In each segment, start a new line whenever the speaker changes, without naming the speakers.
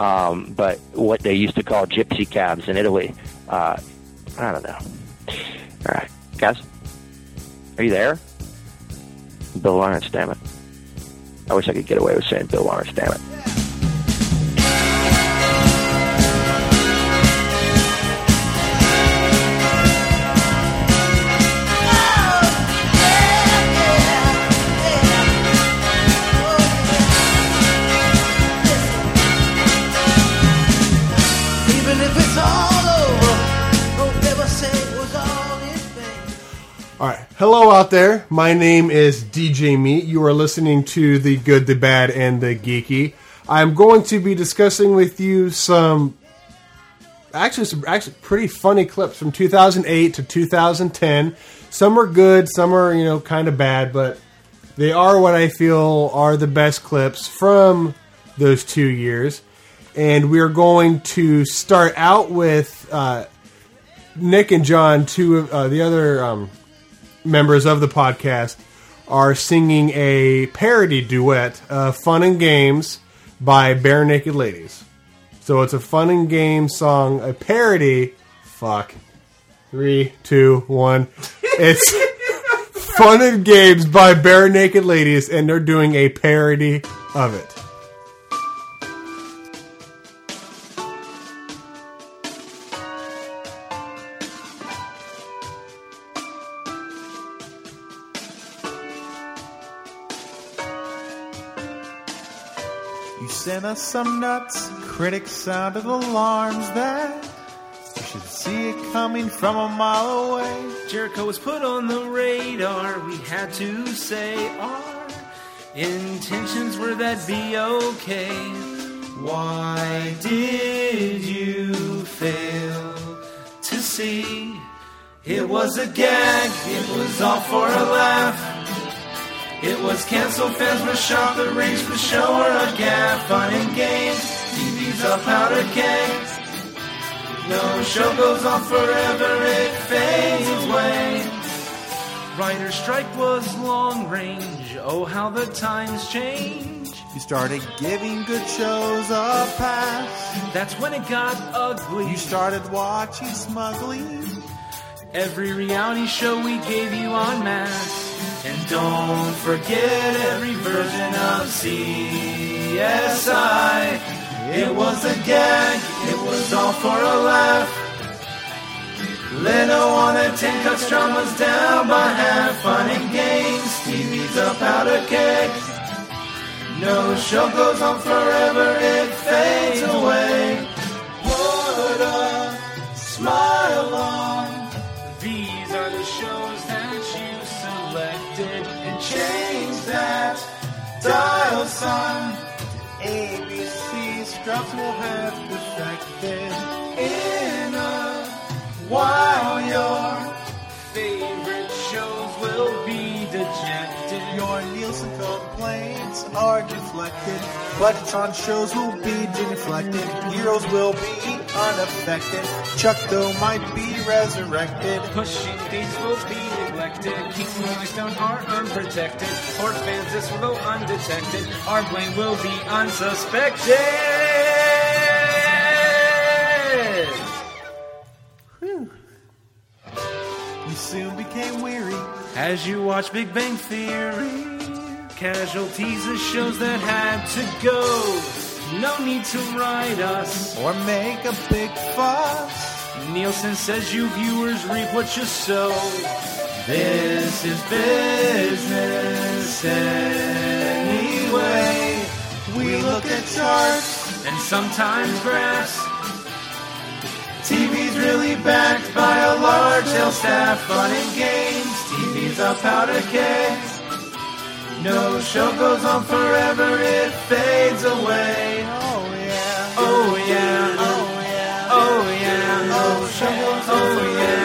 um, but what they used to call gypsy cabs in Italy. Uh, I don't know. All right, guys, are you there? Bill Lawrence, damn it! I wish I could get away with saying Bill Lawrence, damn it.
Even if it's all over, don't ever say it was all in vain.
All right. Hello out there. My name is DJ Meat. You are listening to The Good, The Bad, and The Geeky. I'm going to be discussing with you some actually some actually pretty funny clips from 2008 to 2010. Some are good, some are, you know, kind of bad, but they are what I feel are the best clips from those two years. And we're going to start out with uh, Nick and John, two of uh, the other um, members of the podcast are singing a parody duet of Fun and Games by Bare Naked Ladies. So it's a Fun and Games song, a parody. Fuck. Three, two, one. It's Fun and Games by Bare Naked Ladies, and they're doing a parody of it.
You sent us some nuts. Critics sounded alarms that you should see it coming from a mile away.
Jericho was put on the radar. We had to say our intentions were that be okay. Why did you fail to see? It was a gag, it was all for a laugh. It was canceled, fans were shocked, the rings for show or a gag. Fun and games, TV's a powder keg. No show goes on forever, it fades away. Writer's strike was long range. Oh, how the times change.
You started giving good shows a pass.
That's when it got ugly.
You started watching smuggling.
Every reality show we gave you on mass. And don't forget every version of CSI. It was a gag, it was all for a laugh. Leno on a 10 cuts dramas down by half. Fun and games, TV's a powder keg. No show goes on forever, it fades away. Put a smile on. These are the shows that you selected and change that dial sign.
ABC scrubs will have defected.
In a while, your favorite shows will be dejected.
Your Nielsen complaints are deflected. Budgetron shows will be deflected. Heroes will be unaffected. Chuck though might be resurrected.
Pushing these will be neglected. Keeps and Livingstone are unprotected. Orphans, this will go undetected. Our blame will be unsuspected.
You soon became weary.
As you watch Big Bang Theory, casualties of shows that had to go. No need to write us.
Or make a big fuss.
Nielsen says you viewers reap what you sow. This is business anyway.
We look at charts.
And sometimes graphs. TV's really backed by a large sales staff. Fun and games. TV's a powder keg. No show goes on forever. It fades away.
Oh yeah.
Oh yeah.
Oh yeah. Oh,
Oh,
Oh, Oh, Oh,
Oh,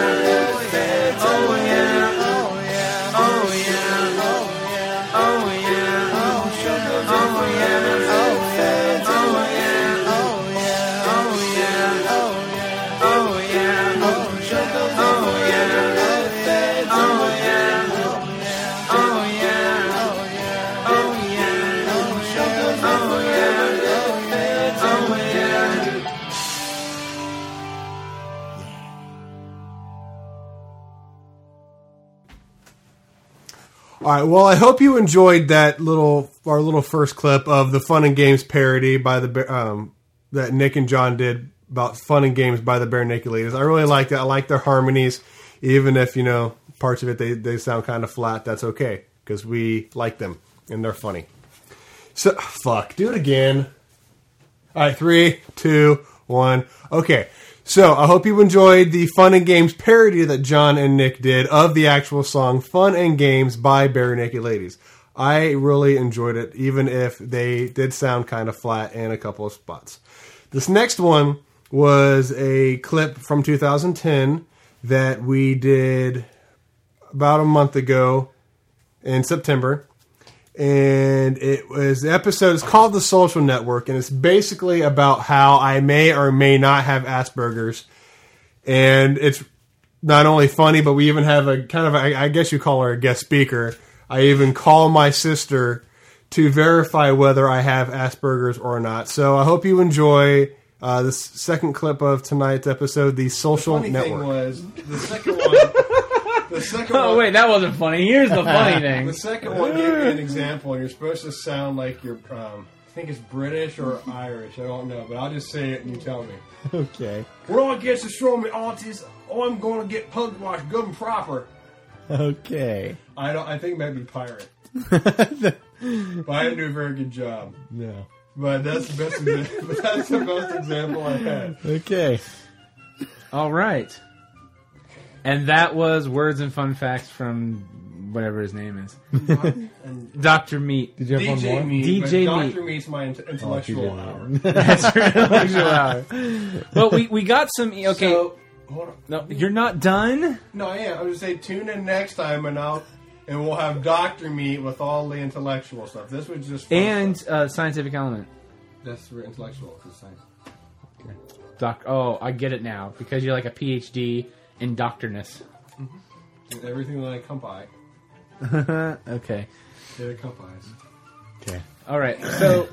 All right. Well, I hope you enjoyed that little our little first clip of the Fun and Games parody by the Bear- um, that Nick and John did about Fun and Games by the Bare Naked Ladies. I really liked it. I like their harmonies, even if you know parts of it they they sound kind of flat. That's okay because we like them and they're funny. So fuck, do it again. All right, three, two, one. Okay. So I hope you enjoyed the Fun and Games parody that John and Nick did of the actual song Fun and Games by Bare Naked Ladies. I really enjoyed it, even if they did sound kind of flat in a couple of spots. This next one was a clip from 2010 that we did about a month ago in September and it was the episode is called the social network and it's basically about how i may or may not have asperger's and it's not only funny but we even have a kind of I I guess you call her a guest speaker i even call my sister to verify whether i have asperger's or not so i hope you enjoy uh, this second clip of tonight's episode the social
Funny thing
network
was the second one. The second one.
Oh wait, that wasn't funny. Here's
Uh,
the funny
The
thing.
second one gave me an example, and you're supposed to sound like you're, um, I think it's British or Irish. I don't know, but I'll just say it and you tell me.
Okay.
When I get to show me aunties, oh, I'm going to get punk washed good and proper.
Okay.
I don't. I think maybe pirate. but I didn't do a very good job.
No.
But that's the best. exa- that's the best example I had.
Okay.
All right. And that was words and fun facts from whatever his name is,
And
Doctor Meat.
Did you have one
DJ
more? Oh,
me,
DJ
but
me.
Doctor meets my int- intellectual hour.
That's your intellectual hour. Well, we we got some. e-, Okay,
So, hold on.
no, you're not done.
No, I am. I was gonna say tune in next time, and I'll and we'll have Doctor Meet with all the intellectual stuff. This was just fun
And
stuff.
uh, scientific element.
that's for intellectual. It's the same.
Doc. Oh, I get it now because you're like a PhD in doctorness.
It's everything that I come by,
okay.
it accompanies.
Okay.
All right. So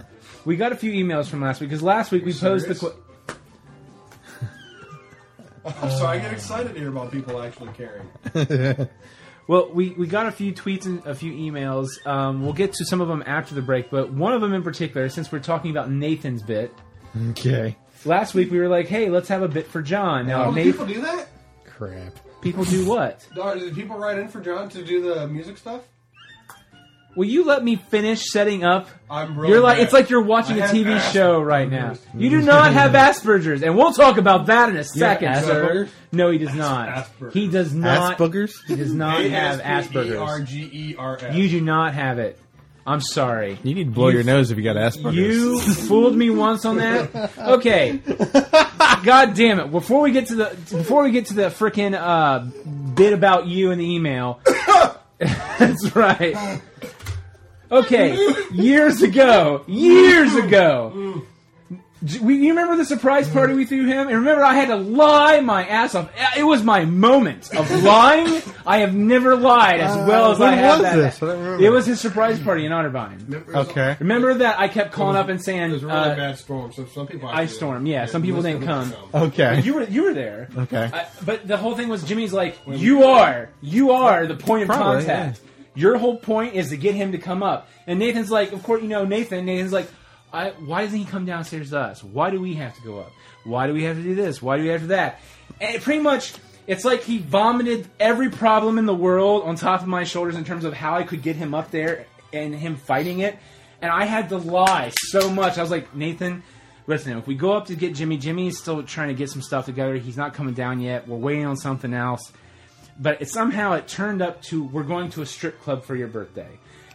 we got a few emails from last week because last week we posed the.
serious?
Qu-
I'm sorry, I get excited here about people actually caring.
Well, we, we got a few tweets and a few emails. Um, we'll get to some of them after the break, but one of them in particular, since we're talking about Nathan's bit,
Okay.
last week we were like, hey, let's have a bit for John. Now,
Oh, do
Nathan,
people do that?
Crap.
people do what?
Dar- Did people write in for John to do the music stuff?
Will you let me finish setting up?
I'm really.
You're like
mad.
it's like you're watching
I
a
have
TV
Asperger's.
show right now. You do not have Asperger's, and we'll talk about that in a second,
have
sir.
Asperger's?
No, he does not.
Asperger's.
He does not.
Asperger's?
He does not have
E
Asperger's.
A-S-P-E-R-G-E-R-S.
You do not have it. I'm sorry.
You need to blow your nose if you got Asperger's.
You fooled me once on that. Okay. God damn it! Before we get to the before we get to the frickin' uh, bit about you in the email. That's right. Okay, years ago, years
Mm.
ago. J- We, you remember the surprise party we threw him? And remember, I had to lie my ass off. Uh, It was my moment of lying. I have never lied as well as
when
I have
Uh, was
that.
this? I don't remember.
It was his surprise party in Otterbein.
Okay.
Remember that I kept calling up and
It
saying
was a really
uh,
bad storm, so some people.
ice
actually-
storm. Yeah, some people didn't come.
Okay.
You were you were there.
okay.
I, but the whole thing was Jimmy's like, you are you are the point of
Probably,
contact. Your whole point is to get him to come up. And Nathan's like, of course, you know Nathan. Nathan's like, I, why doesn't he come downstairs to us? Why do we have to go up? Why do we have to do this? Why do we have to that? And it pretty much. It's like he vomited every problem in the world on top of my shoulders in terms of how I could get him up there and him fighting it. And I had to lie so much. I was like, Nathan, listen, if we go up to get Jimmy, Jimmy's still trying to get some stuff together. He's not coming down yet. We're waiting on something else. But it, somehow it turned up to we're going to a strip club for your birthday.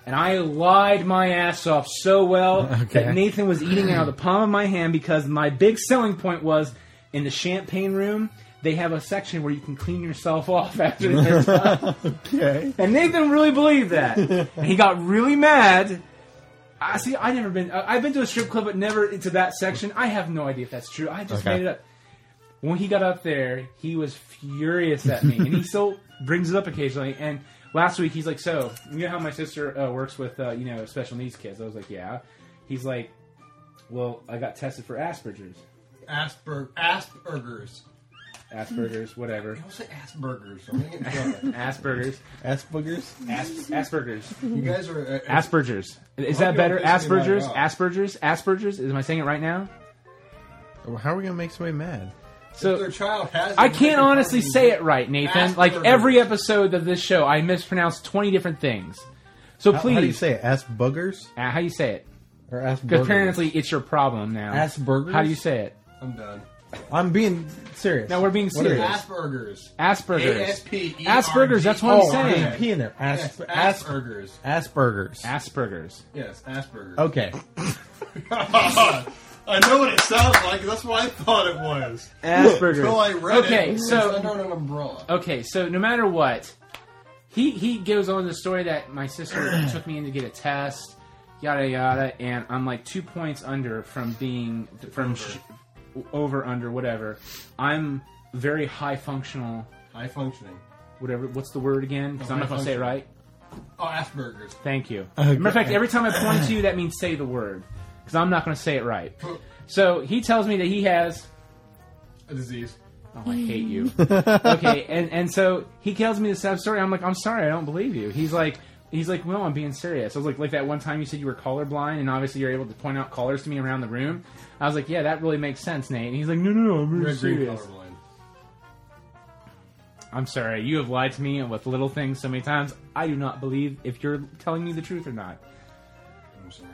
And I lied my ass off so well that Nathan was eating out of the palm of my hand because my big selling point was in the champagne room, they have a section where you can clean yourself off after they're done.
Okay.
And Nathan really believed that. and he got really mad. I see. I never been. I- I've been to a strip club, but never into that section. I have no idea if that's true. I just
Okay.
made it up. When he got up there, he was furious at me, and he still brings it up occasionally. And last week, he's like, "So, you know how my sister uh, works with uh, you know special needs kids?" I was like, "Yeah." He's like, "Well, I got tested for Asperger's."
Asper Asperger's.
Asperger's, whatever.
Don't say Asperger's. I'm gonna get in trouble.
Asperger's.
Asperger's?
Asp- Asperger's.
you guys are. Uh,
Asperger's. Is
Why
that
don't
better?
you piss me
Asperger's?
right off?
Asperger's? Asperger's? Is am I saying it right now?
How are we gonna make somebody mad?
if their
So
child has.
I can't honestly say it right, Nathan. Like
Asperger's.
every episode of this show, I mispronounce twenty different things. So
How,
please,
how do you say it? Asperger's
Uh, how you say it?
or Asperger's?
Because apparently it's your problem now.
Asperger's?
How do you say it?
I'm done.
I'm being serious.
Now we're being
What is it?
serious.
Asperger's.
Asperger's.
A-S-P-E-R-G.
Asperger's. That's what
Oh,
I'm
I'm
saying.
putting P in there.
E Yes,
Asp- Asp-
Asperger's.
Asperger's.
Asperger's.
Yes, Asperger's.
Okay.
I know what it sounds like. That's what I thought it was. Until
Asperger's.
I read
Okay,
it. It's
so-
under an umbrella.
Okay, so no matter what, he he goes on the story that my sister took me in to get a test, yada yada, and I'm like two points under from being from over, sh- over under whatever. I'm very high functional.
High functioning.
Whatever. What's the word again? Because I'm not gonna say it right.
Oh, Asperger's.
Thank you.
Oh,
Uh,
Matter of fact, every time I point to you, that means say the word because I'm not going to say it right. So he tells me that he has.
A disease.
Oh, I hate you. okay, and and so he tells me this sad story. I'm like, I'm sorry, I don't believe you. He's like, he's like, well, I'm being serious. I was like, like that one time you said you were colorblind, and obviously you're able to point out colors to me around the room. I was like, yeah, that really makes sense, Nate. And he's like, no, no, I'm
You're
really
a green
serious.
colorblind.
I'm sorry, you have lied to me with little things so many times. I do not believe if you're telling me the truth or not.
I'm sorry.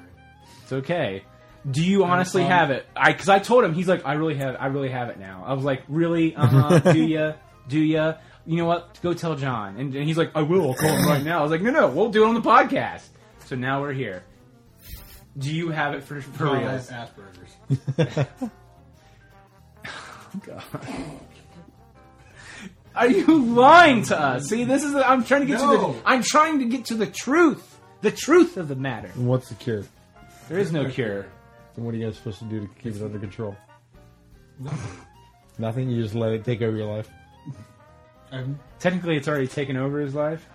It's okay. Do you
um,
honestly have it? I because I told him he's like I really have I really have it now. I was like really uh huh do ya do ya you know what go tell John and, and he's like I will I'll call him right now. I was like no no we'll do it on the podcast. So now we're here. Do you have it for for
Oh,
real?
that's Asperger's.
Are you lying to us? See this is I'm trying to get to
No.
the I'm trying to get to the truth the truth of the matter.
And What's the cure?
There is no cure.
And what are you guys supposed to do to keep it under control? Nothing. You just let it take over your life.
I'm,
Technically, it's already taken over his life.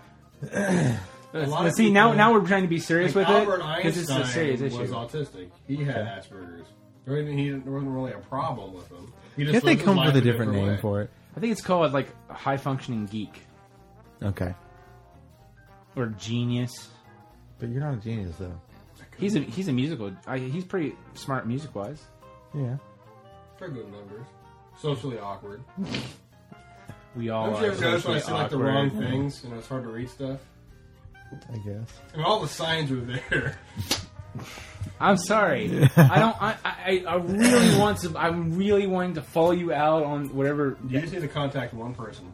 lot
But
of
see, now
people-
now we're trying to be serious with
Albert
it because it's
Einstein
a serious issue.
was autistic. He had Asperger's. There wasn't, he, there wasn't really a problem with him. He just
Can't they
lived his
come
life
up with a
in
different name
way.
for it?
I think it's called like high functioning geek
Okay.
or genius.
But you're not a genius, though.
He's a he's a musical. I, he's pretty smart music wise.
Yeah.
They're good numbers. Socially awkward.
We all
Don't you
are.
ever notice when I
socially
see like the
awkward.
wrong things? You know, it's hard to read stuff.
I guess.
I mean, all the signs were there.
I'm sorry. I don't. I, I I really want to. I'm really wanting to follow you out on whatever.
You just need to contact one person.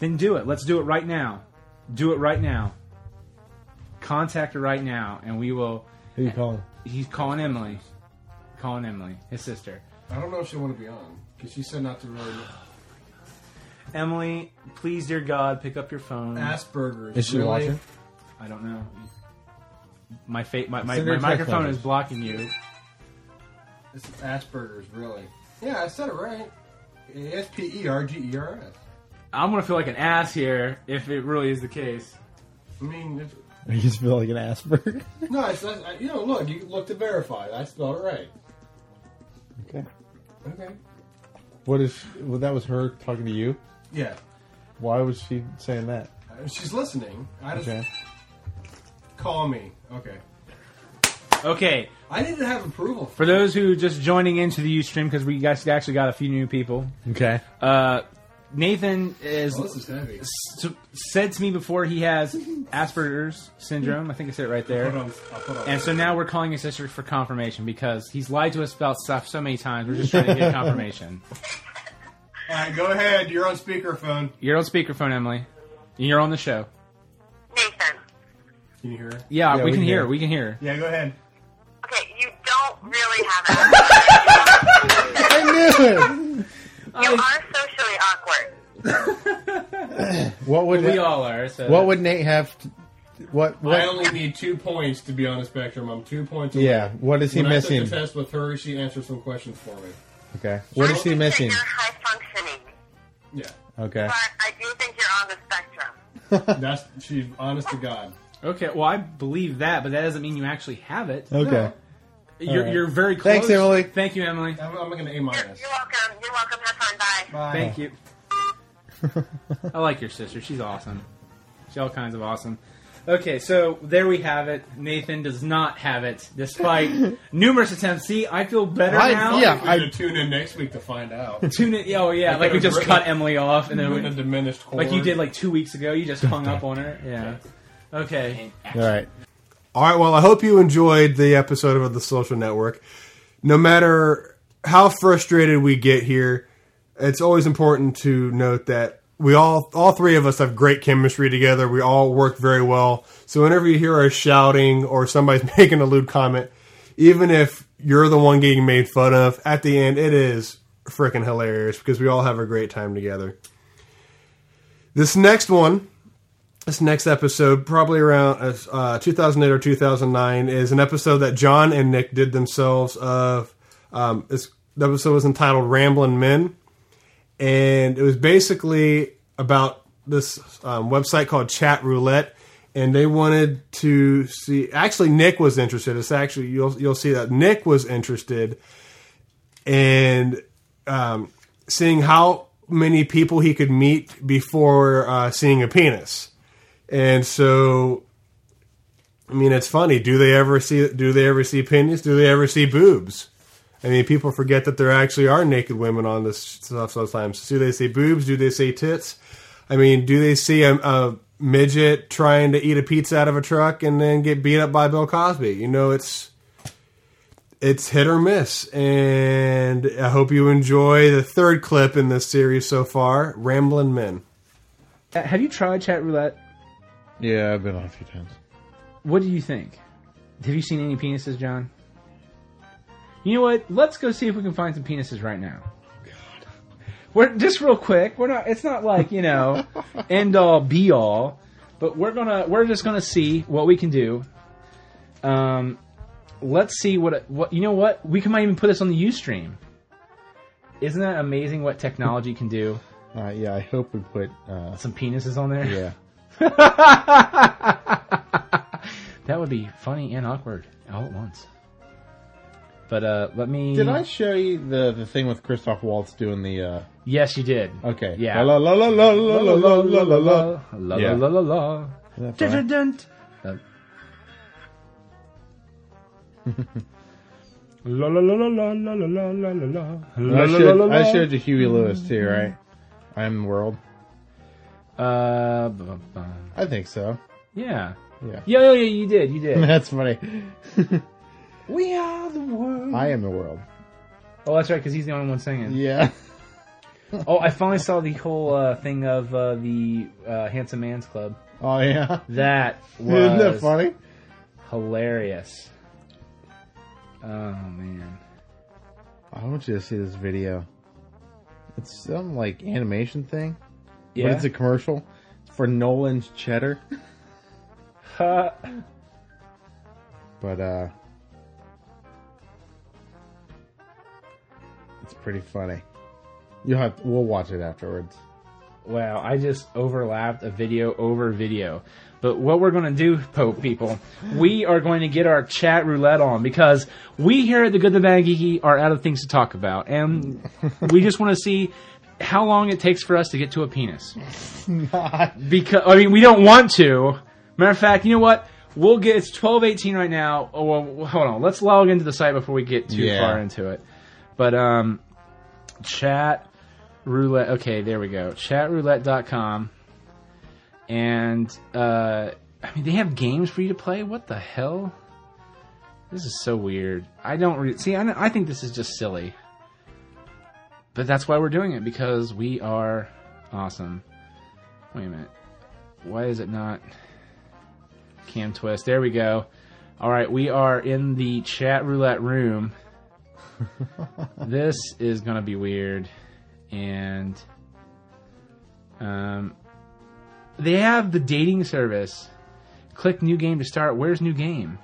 Then do it. Let's do it right now. Do it right now. Contact her right now, and we will.
Who you calling?
He's calling Emily. Calling Emily, his sister.
I don't know if she want to be on because she said not to really.
Emily, please, dear God, pick up your phone.
Asperger's.
Is she
really?
watching?
I don't know. My fa- my, my,
Send
my
her a text
microphone
message.
is blocking you.
It's Asperger's, really. Yeah, I said it right. A S P E R G E R S.
I'm gonna feel like an ass here if it really is the case.
I mean, it's,
You just feel like an Asperger.
no, it's, that's- I, you know, look, you look to verify. I spelled it right.
okay.
Okay.
What is? Well, that was her talking to you.
Yeah.
Why was she saying that?
Uh, She's listening. I just
Okay.
call me. Okay.
Okay,
I need to have approval. For,
for those who are just joining into the UStream because we guys actually got a few new people.
Okay.
Uh, Nathan is,
oh, this is heavy.
s- said to me before he has Asperger's syndrome. I think I said it right there.
Put on, I'll put on.
And so now we're calling his sister for confirmation because he's lied to us about stuff so many times. We're just trying to get confirmation.
All right, go ahead. You're on speakerphone.
You're on speakerphone, Emily. You're on the show.
Nathan,
Can you hear it?
Yeah, we,
we
can
can
hear.
hear.
We can hear.
Yeah, go ahead.
okay, you don't really have it.
I knew
you are socially awkward.
it. What would
We all are. So
What would Nate have? To, what?
I
What?
only need two points to be on the spectrum. I'm two points. away.
Yeah. What is he
when I
missing?
took the test with her, she answered some questions for me.
Okay. What
I
is he
think that
missing?
You're high functioning,
Yeah,
Okay.
but I do think you're on the spectrum.
that's she's honest to God.
Okay, well, I believe that, but that doesn't mean you actually have it.
Okay.
You're,
right.
you're very close.
Thanks, Emily.
Thank you, Emily.
I'm, I'm gonna A
You're,
minus.
you're welcome. You're welcome,
Have fun. Bye.
Thank you. I like your sister. She's awesome. She's all kinds of awesome. Okay, so there we have it. Nathan does not have it, despite numerous attempts. See, I feel better now.
I should tune in next week to find out.
Tune in. Oh yeah,
I
like we
could've
just
written-
cut Emily off, and then
written
we-
a diminished
like you
chord.
did like two weeks ago. You just hung up on her. Yeah. Okay.
All right. All right. Well, I hope you enjoyed the episode of The Social Network. No matter how frustrated we get here, it's always important to note that we all, all three of us, have great chemistry together. We all work very well. So whenever you hear us shouting or somebody's making a lewd comment, even if you're the one getting made fun of, at the end it is freaking hilarious because we all have a great time together. This next one this next episode, probably around uh, uh, 2008 or 2009, is an episode that John and Nick did themselves of. Um, this the episode was entitled Ramblin' Men, and it was basically about this um, website called Chat Roulette, and they wanted to see. Actually, Nick was interested. It's actually you'll you'll see that Nick was interested and um, seeing how many people he could meet before uh, seeing a penis. And so, I mean, it's funny. Do they ever see? Do they ever see penis? Do they ever see boobs? I mean, people forget that there actually are naked women on this stuff sometimes. Do they see boobs? Do they see tits? I mean, do they see a, a midget trying to eat a pizza out of a truck and then get beat up by Bill Cosby? You know, it's it's hit or miss. And I hope you enjoy the third clip in this series so far, Ramblin' Men.
Have you tried chat roulette?
Yeah, I've been on a few times.
What do you think? Have you seen any penises, John? You know what? Let's go see if we can find some penises right now. We're just real quick. We're not. It's not like you know, end all be all. But we're gonna. We're just gonna see what we can do. Um, let's see what what you know. What we can might even put this on the UStream. Isn't that amazing what technology can do?
Uh, yeah, I hope we put uh,
some penises on there.
Yeah,
That would be funny and awkward all at once. But uh, let me.
Did I show you the the thing with Christoph Waltz doing the? Uh...
Yes, you did.
Okay.
Yeah.
La la la la la la la la la la.
La
Yeah.
la la la la.
That's right.
Dun-dun-dun. La la la la la la la la la la.
And I
La, la,
showed-
la, la, la.
I showed you Huey Lewis too, right? I'm World.
Uh, bu- bu-
I think so.
yeah.
Yeah.
Yeah, yeah, yeah, you did, you did.
That's funny.
we are the world.
I am the world.
Oh, that's right, because he's the only one singing.
Yeah.
oh, I finally saw the whole uh, thing of uh, the uh, Handsome Man's Club.
Oh yeah.
That was
Isn't that funny?
hilarious. Oh man.
I want you to see this video. It's some like animation thing.
Yeah.
But it's a commercial for Nolan's cheddar.
Uh,
But uh It's pretty funny. You'll have we'll watch it afterwards.
wow, I just overlapped a video over video. But what we're going to do, Pope people, we are going to get our chat roulette on because we here at the Good, the Bad, Geeky are out of things to talk about, and we just want to see how long it takes for us to get to a penis. because I mean we don't want to. Matter of fact, you know what? We'll get it's twelve eighteen right now. Oh, well, well, hold on, let's log into the site before we get too
Yeah.
far into it. But um, chat roulette. Okay, there we go. Chatroulette.com, and uh, I mean they have games for you to play. What the hell? This is so weird. I don't re- see. I, I think this is just silly. But that's why we're doing it because we are awesome. Wait a minute. Why is it not cam twist? There we go. All right, we are in the chat roulette room. this is going to be weird. And um they have the dating service. Click new game to start. Where's new game?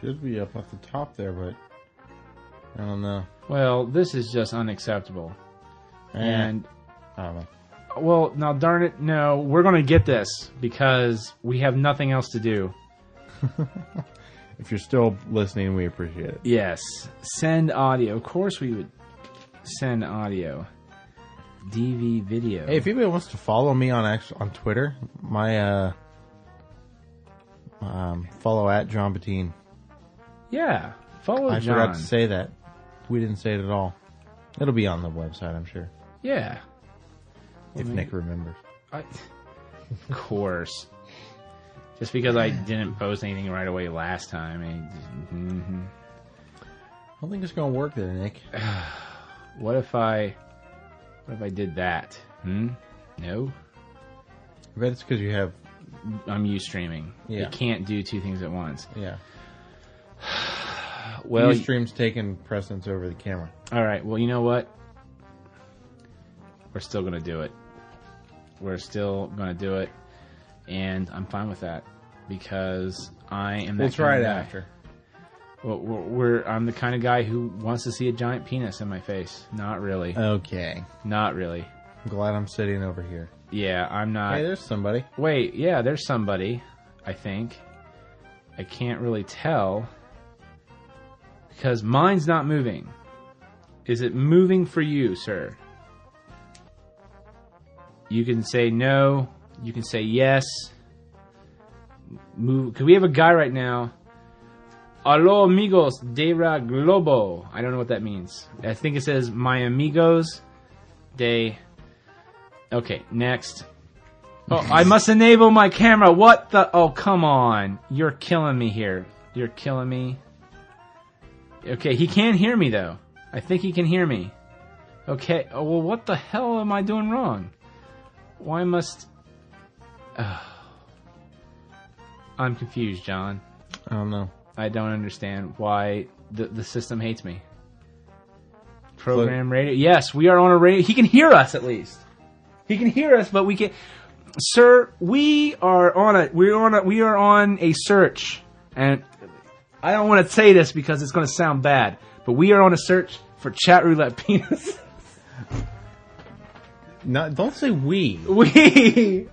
Should be up at the top there, but I don't know.
Well, this is just unacceptable.
Eh,
And
I don't know.
well, now darn it, no, we're going to get this because we have nothing else to do.
If you're still listening, we appreciate it.
Yes. Send audio. Of course we would. Send audio. DV video.
Hey, if anybody wants to follow me on actual, on Twitter, my uh, um, follow at John Bettine.
Yeah, follow
I
Oh, John.
forgot to say that. We didn't say it at all. It'll be on the website, I'm sure,
Yeah.
if
Well,
Nick remembers.
I, of course. Just because I didn't post anything right away last time. I, mhm.
I don't think it's gonna work there, Nick.
What if I. What if I did that? Hmm? No?
I bet it's because you have.
I'm you streaming.
Yeah.
You can't do two things at once.
Yeah.
Well,
Your stream's taking precedence over the camera.
All right. Well, you know what? We're still going to do it. We're still going to do it. And I'm fine with that because I am that
We'll try
kind
it
of guy.
after.
Well, we're, we're, I'm the kind of guy who wants to see a giant penis in my face. Not really.
Okay.
Not really.
I'm glad I'm sitting over here.
Yeah, I'm not.
Hey, there's somebody.
Wait, yeah, there's somebody, I think. I can't really tell because mine's not moving. Is it moving for you, sir? You can say no, you can say yes. Move cuz we have a guy right now. Aló amigos de la Globo. I don't know what that means. I think it says my amigos de Okay, next. Oh, I must enable my camera. What the? Oh, come on. You're killing me here. You're killing me. Okay, he can hear me though. I think he can hear me. Okay. Oh, well, what the hell am I doing wrong? Why must? Oh. I'm confused, John.
I don't know.
I don't understand why the the system hates me. Program radio. Yes, we are on a radio. He can hear us at least. He can hear us, but we can. Sir, we are on a we're on a we are on a search, and I don't want to say this because it's going to sound bad, but we are on a search for chat roulette penis.
No, don't say we.
we.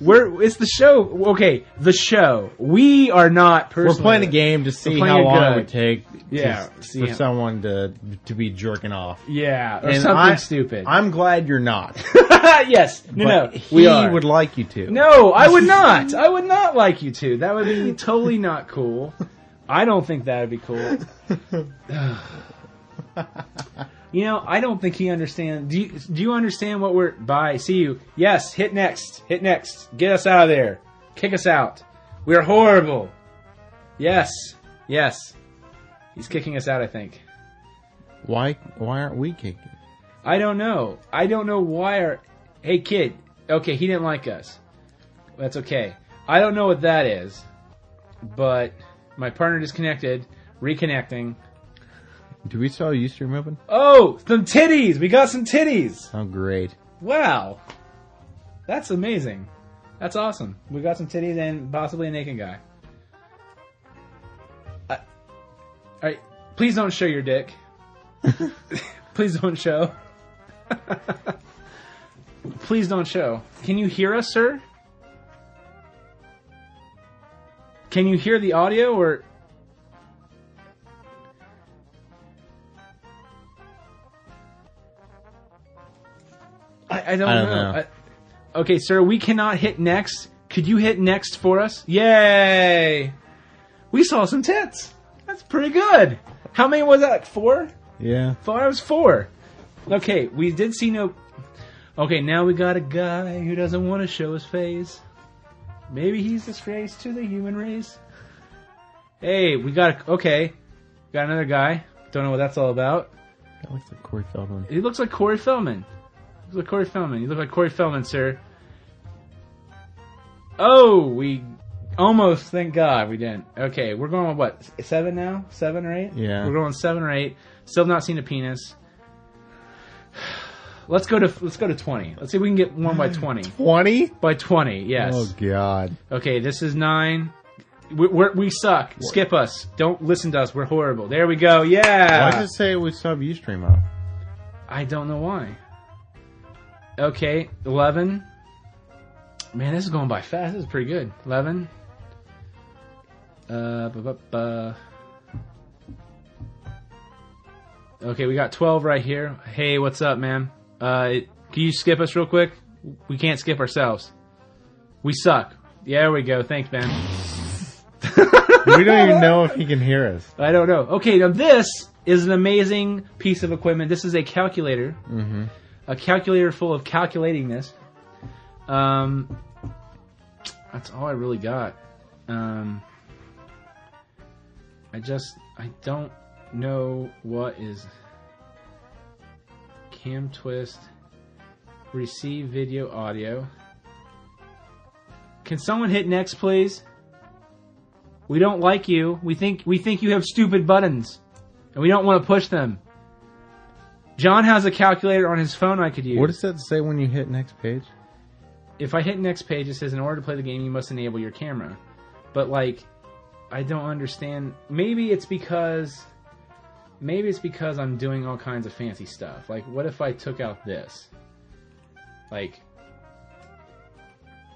We're, it's the show. Okay, the show. We are not
We're
personally.
playing a game to see
playing
how
a
long
good.
it would take to-
Yeah, see
for
how-
someone to to be jerking off.
Yeah, or
And
something
I-
stupid.
I'm glad you're not.
yes. No,
but
no.
he
We are.
would like you to.
No, I would not. I would not like you to. That would be totally not cool. I don't think that would be cool. you know, I don't think he understands. Do you, do you understand what we're by? See you. Yes, hit next. Hit next. Get us out of there. Kick us out. We're horrible. Yes. Yes. He's kicking us out, I think.
Why? Why aren't we kicking?
I don't know. I don't know why our. Hey, kid. Okay, he didn't like us. That's okay. I don't know what that is, but my partner disconnected, reconnecting.
Do we saw Ustream open?
Oh, some titties! We got some titties!
Oh, great!
Wow. That's amazing. That's awesome. We got some titties and possibly a naked guy. I- Alright, please don't show your dick. please don't show. please don't show. Can you hear us, sir? Can you hear the audio or. I, I don't,
I don't
know.
know.
I- okay, sir, we cannot hit next. Could you hit next for us? Yay! We saw some tits. That's pretty good. How many was that? Like four?
Yeah,
Thought I was four. Okay, we did see no. Okay, now we got a guy who doesn't want to show his face. Maybe he's disgrace to the human race. Hey, we got a... okay. Got another guy. Don't know what that's all about.
that looks like Corey Feldman.
He looks like Corey Feldman. Looks like Corey Feldman. You look like Corey Feldman, sir. Oh, we almost. Thank God we didn't. Okay, we're going with what seven now? Seven or eight?
Yeah.
we're going seven or eight. Still have not seen a penis. Let's go to let's go to twenty. Let's see if we can get one by twenty.
Twenty?
By twenty, yes.
Oh God!
Okay, this is nine. We, we're, we suck. Skip us. Don't listen to us. We're horrible. There we go. Yeah.
Why does it say we saw Ustream up?
I don't know why. Okay, 11. Man, this is going by fast. This is pretty good. 11. Uh, bu- bu- bu- Okay, we got 12 right here. Hey, what's up, man? Uh, can you skip us real quick? We can't skip ourselves. We suck. Yeah, there we go. Thanks, man.
we don't even know if he can hear us.
I don't know. Okay, now this is an amazing piece of equipment. This is a calculator,
Mm-hmm.
a calculator full of calculatingness. Um, that's all I really got. Um, I just I don't know what is cam twist receive video audio. Can someone hit next, please? We don't like you. We think we think you have stupid buttons, and we don't want to push them. John has a calculator on his phone I could use.
What does that say when you hit next page?
if I hit next page, it says in order to play the game, you must enable your camera. But like, I don't understand. Maybe it's because, maybe it's because I'm doing all kinds of fancy stuff. Like, what if I took out this? Like,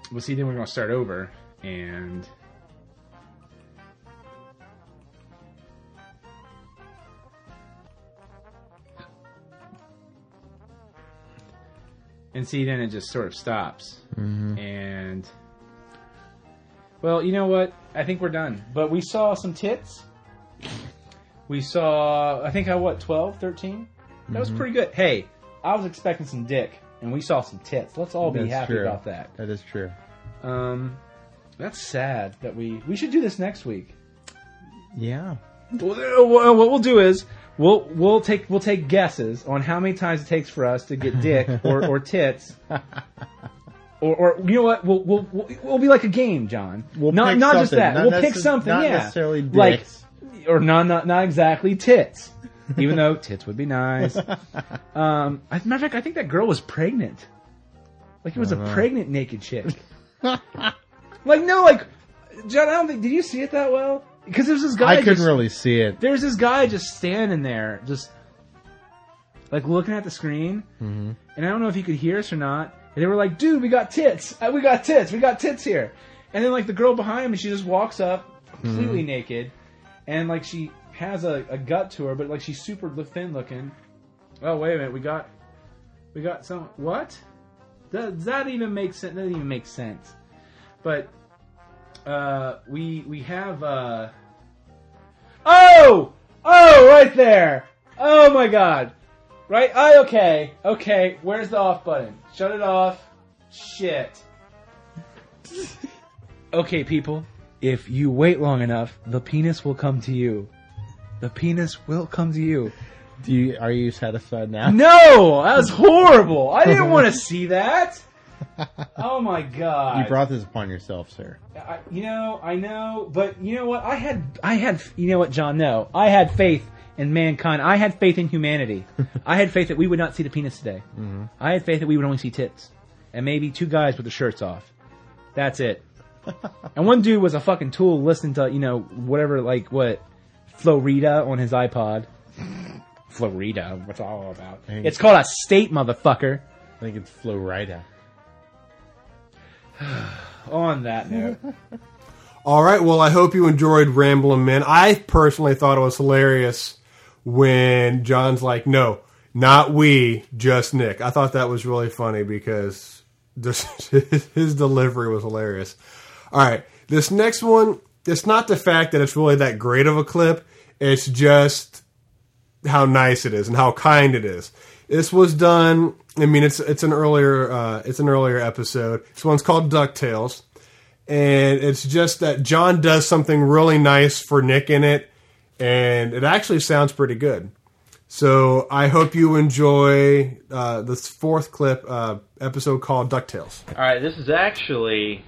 well, see, then we're gonna start over, and and see, then it just sort of stops.
Mm-hmm.
And well, you know what? I think we're done. But we saw some tits. We saw I think I what 12, 13? That was
Mhm.
pretty good. Hey, I was expecting some dick and we saw some tits. Let's all be
That's
happy
true.
about that.
That is true.
Um that's sad that we we should do this next week.
Yeah.
Well, uh, well, what we'll do is we'll we'll take we'll take guesses on how many times it takes for us to get dick or, or tits. Or, or you know what? We'll, we'll we'll we'll be like a game, John. We'll not
pick
not just
something.
that.
Not
we'll pick
necess-
something.
not
yeah,
necessarily dicks.
like or not not not exactly tits. Even though tits would be nice. Um, as a matter of fact, I think that girl was pregnant. Like it was a
Uh-huh.
pregnant naked chick. like no, like John. I don't think. Did you see it that well? Because there's this guy.
I couldn't
just-
really see it.
there's this guy just standing there, just like looking at the screen,
Mm-hmm.
and I don't know if he could hear us or not. And they were like, "Dude, we got tits! Uh, We got tits! We got tits here!" And then like the girl behind him, she just walks up completely naked, and like she has a, a gut to her, but like she's super thin looking. Oh wait a minute, we got we got some what? Does that even make sense? Doesn't even make sense. But uh, we we have uh. Oh! Oh, right there! Oh my god! Right? I okay. Okay, where's the off button? Shut it off. Shit. okay, people. If you wait long enough, the penis will come to you. The penis will come to you.
Do you are you
Uh,
satisfied now?
No! That was horrible! I didn't want to see that! Oh my god.
You brought this upon yourself, sir.
I, you know, I know, but you know what? I had, I had, you know what, John? No, I had faith in mankind. I had faith in humanity. I had faith that we would not see the penis today.
Mhm.
I had faith that we would only see tits and maybe two guys with their shirts off. That's it. and one dude was a fucking tool listening to you know whatever like what Florida on his iPod. Florida, what's it all about?
Hey.
It's called a state, motherfucker.
I think it's Florida.
On that note.
All right. Well, I hope you enjoyed Ramblin' Men. I personally thought it was hilarious when John's like, "No, not we, just Nick." I thought that was really funny because this, his delivery was hilarious. All right, this next one. It's not the fact that it's really that great of a clip. It's just how nice it is and how kind it is. This was done. I mean, it's it's an earlier uh, it's an earlier episode. This one's called Ducktales and it's just that John does something really nice for Nick in it, and it actually sounds pretty good. So I hope you enjoy uh, this fourth clip uh, episode called Ducktales.
All right, this is actually.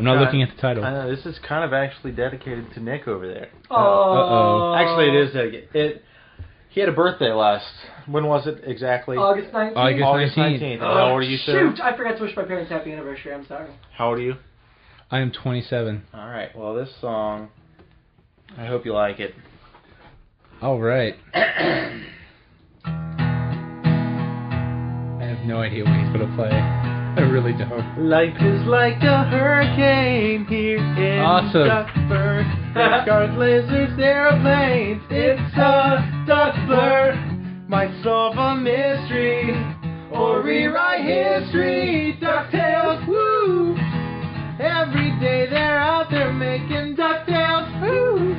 I'm not looking at the title.
I know this is kind of actually dedicated to Nick over there.
Oh.
Uh-oh.
Actually, it is dedicated. It. He had a birthday last. When was it exactly?
August 19th. August Oh,
19th. How old are you, sir?
Shoot, I forgot to wish my parents happy anniversary. I'm sorry.
How old are you?
I am 27.
All right. Well, this song. I hope you like it.
All right. I have no idea when he's gonna play. I really don't.
Life is like a hurricane here in
Awesome.
Duckburg. There's guards, lasers, airplanes. It's a Duckburg.
might solve a mystery or rewrite history. DuckTales, woo! Every day they're out there making DuckTales, woo!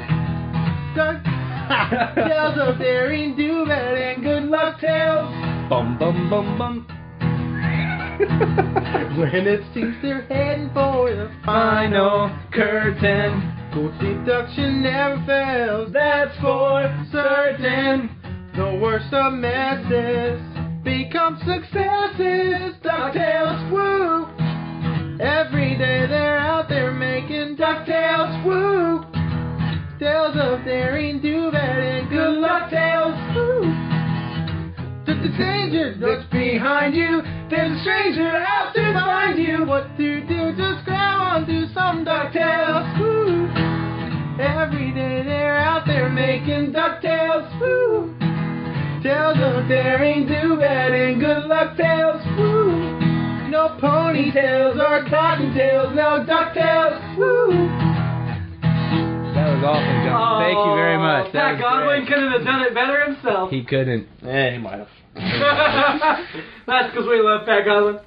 Duck- Tales of daring, do bad, and good luck tales.
Bum bum bum bum.
when it seems they're heading for the
Final curtain.
Gold deduction never fails, that's for certain. The worst of messes become successes. DuckTales, woo! Every day they're out there making DuckTales, woo! Tales of daring, do bad, and good luck tales, woo!
Oh,
The, the danger that's behind you. There's a stranger out to find you. What to do? Just grab on to some DuckTales. Woo. Every day they're out there making DuckTales. Woo. Tales of daring, do bad, and good luck tales. Woo. No ponytails or cottontails, no DuckTales. Woo.
That was awesome, John. Thank you very
Oh,
much. That
Oh, Pat
was
Godwin
great.
couldn't have done it better himself.
He couldn't.
Eh, he might have.
That's because we love Pat Godwin.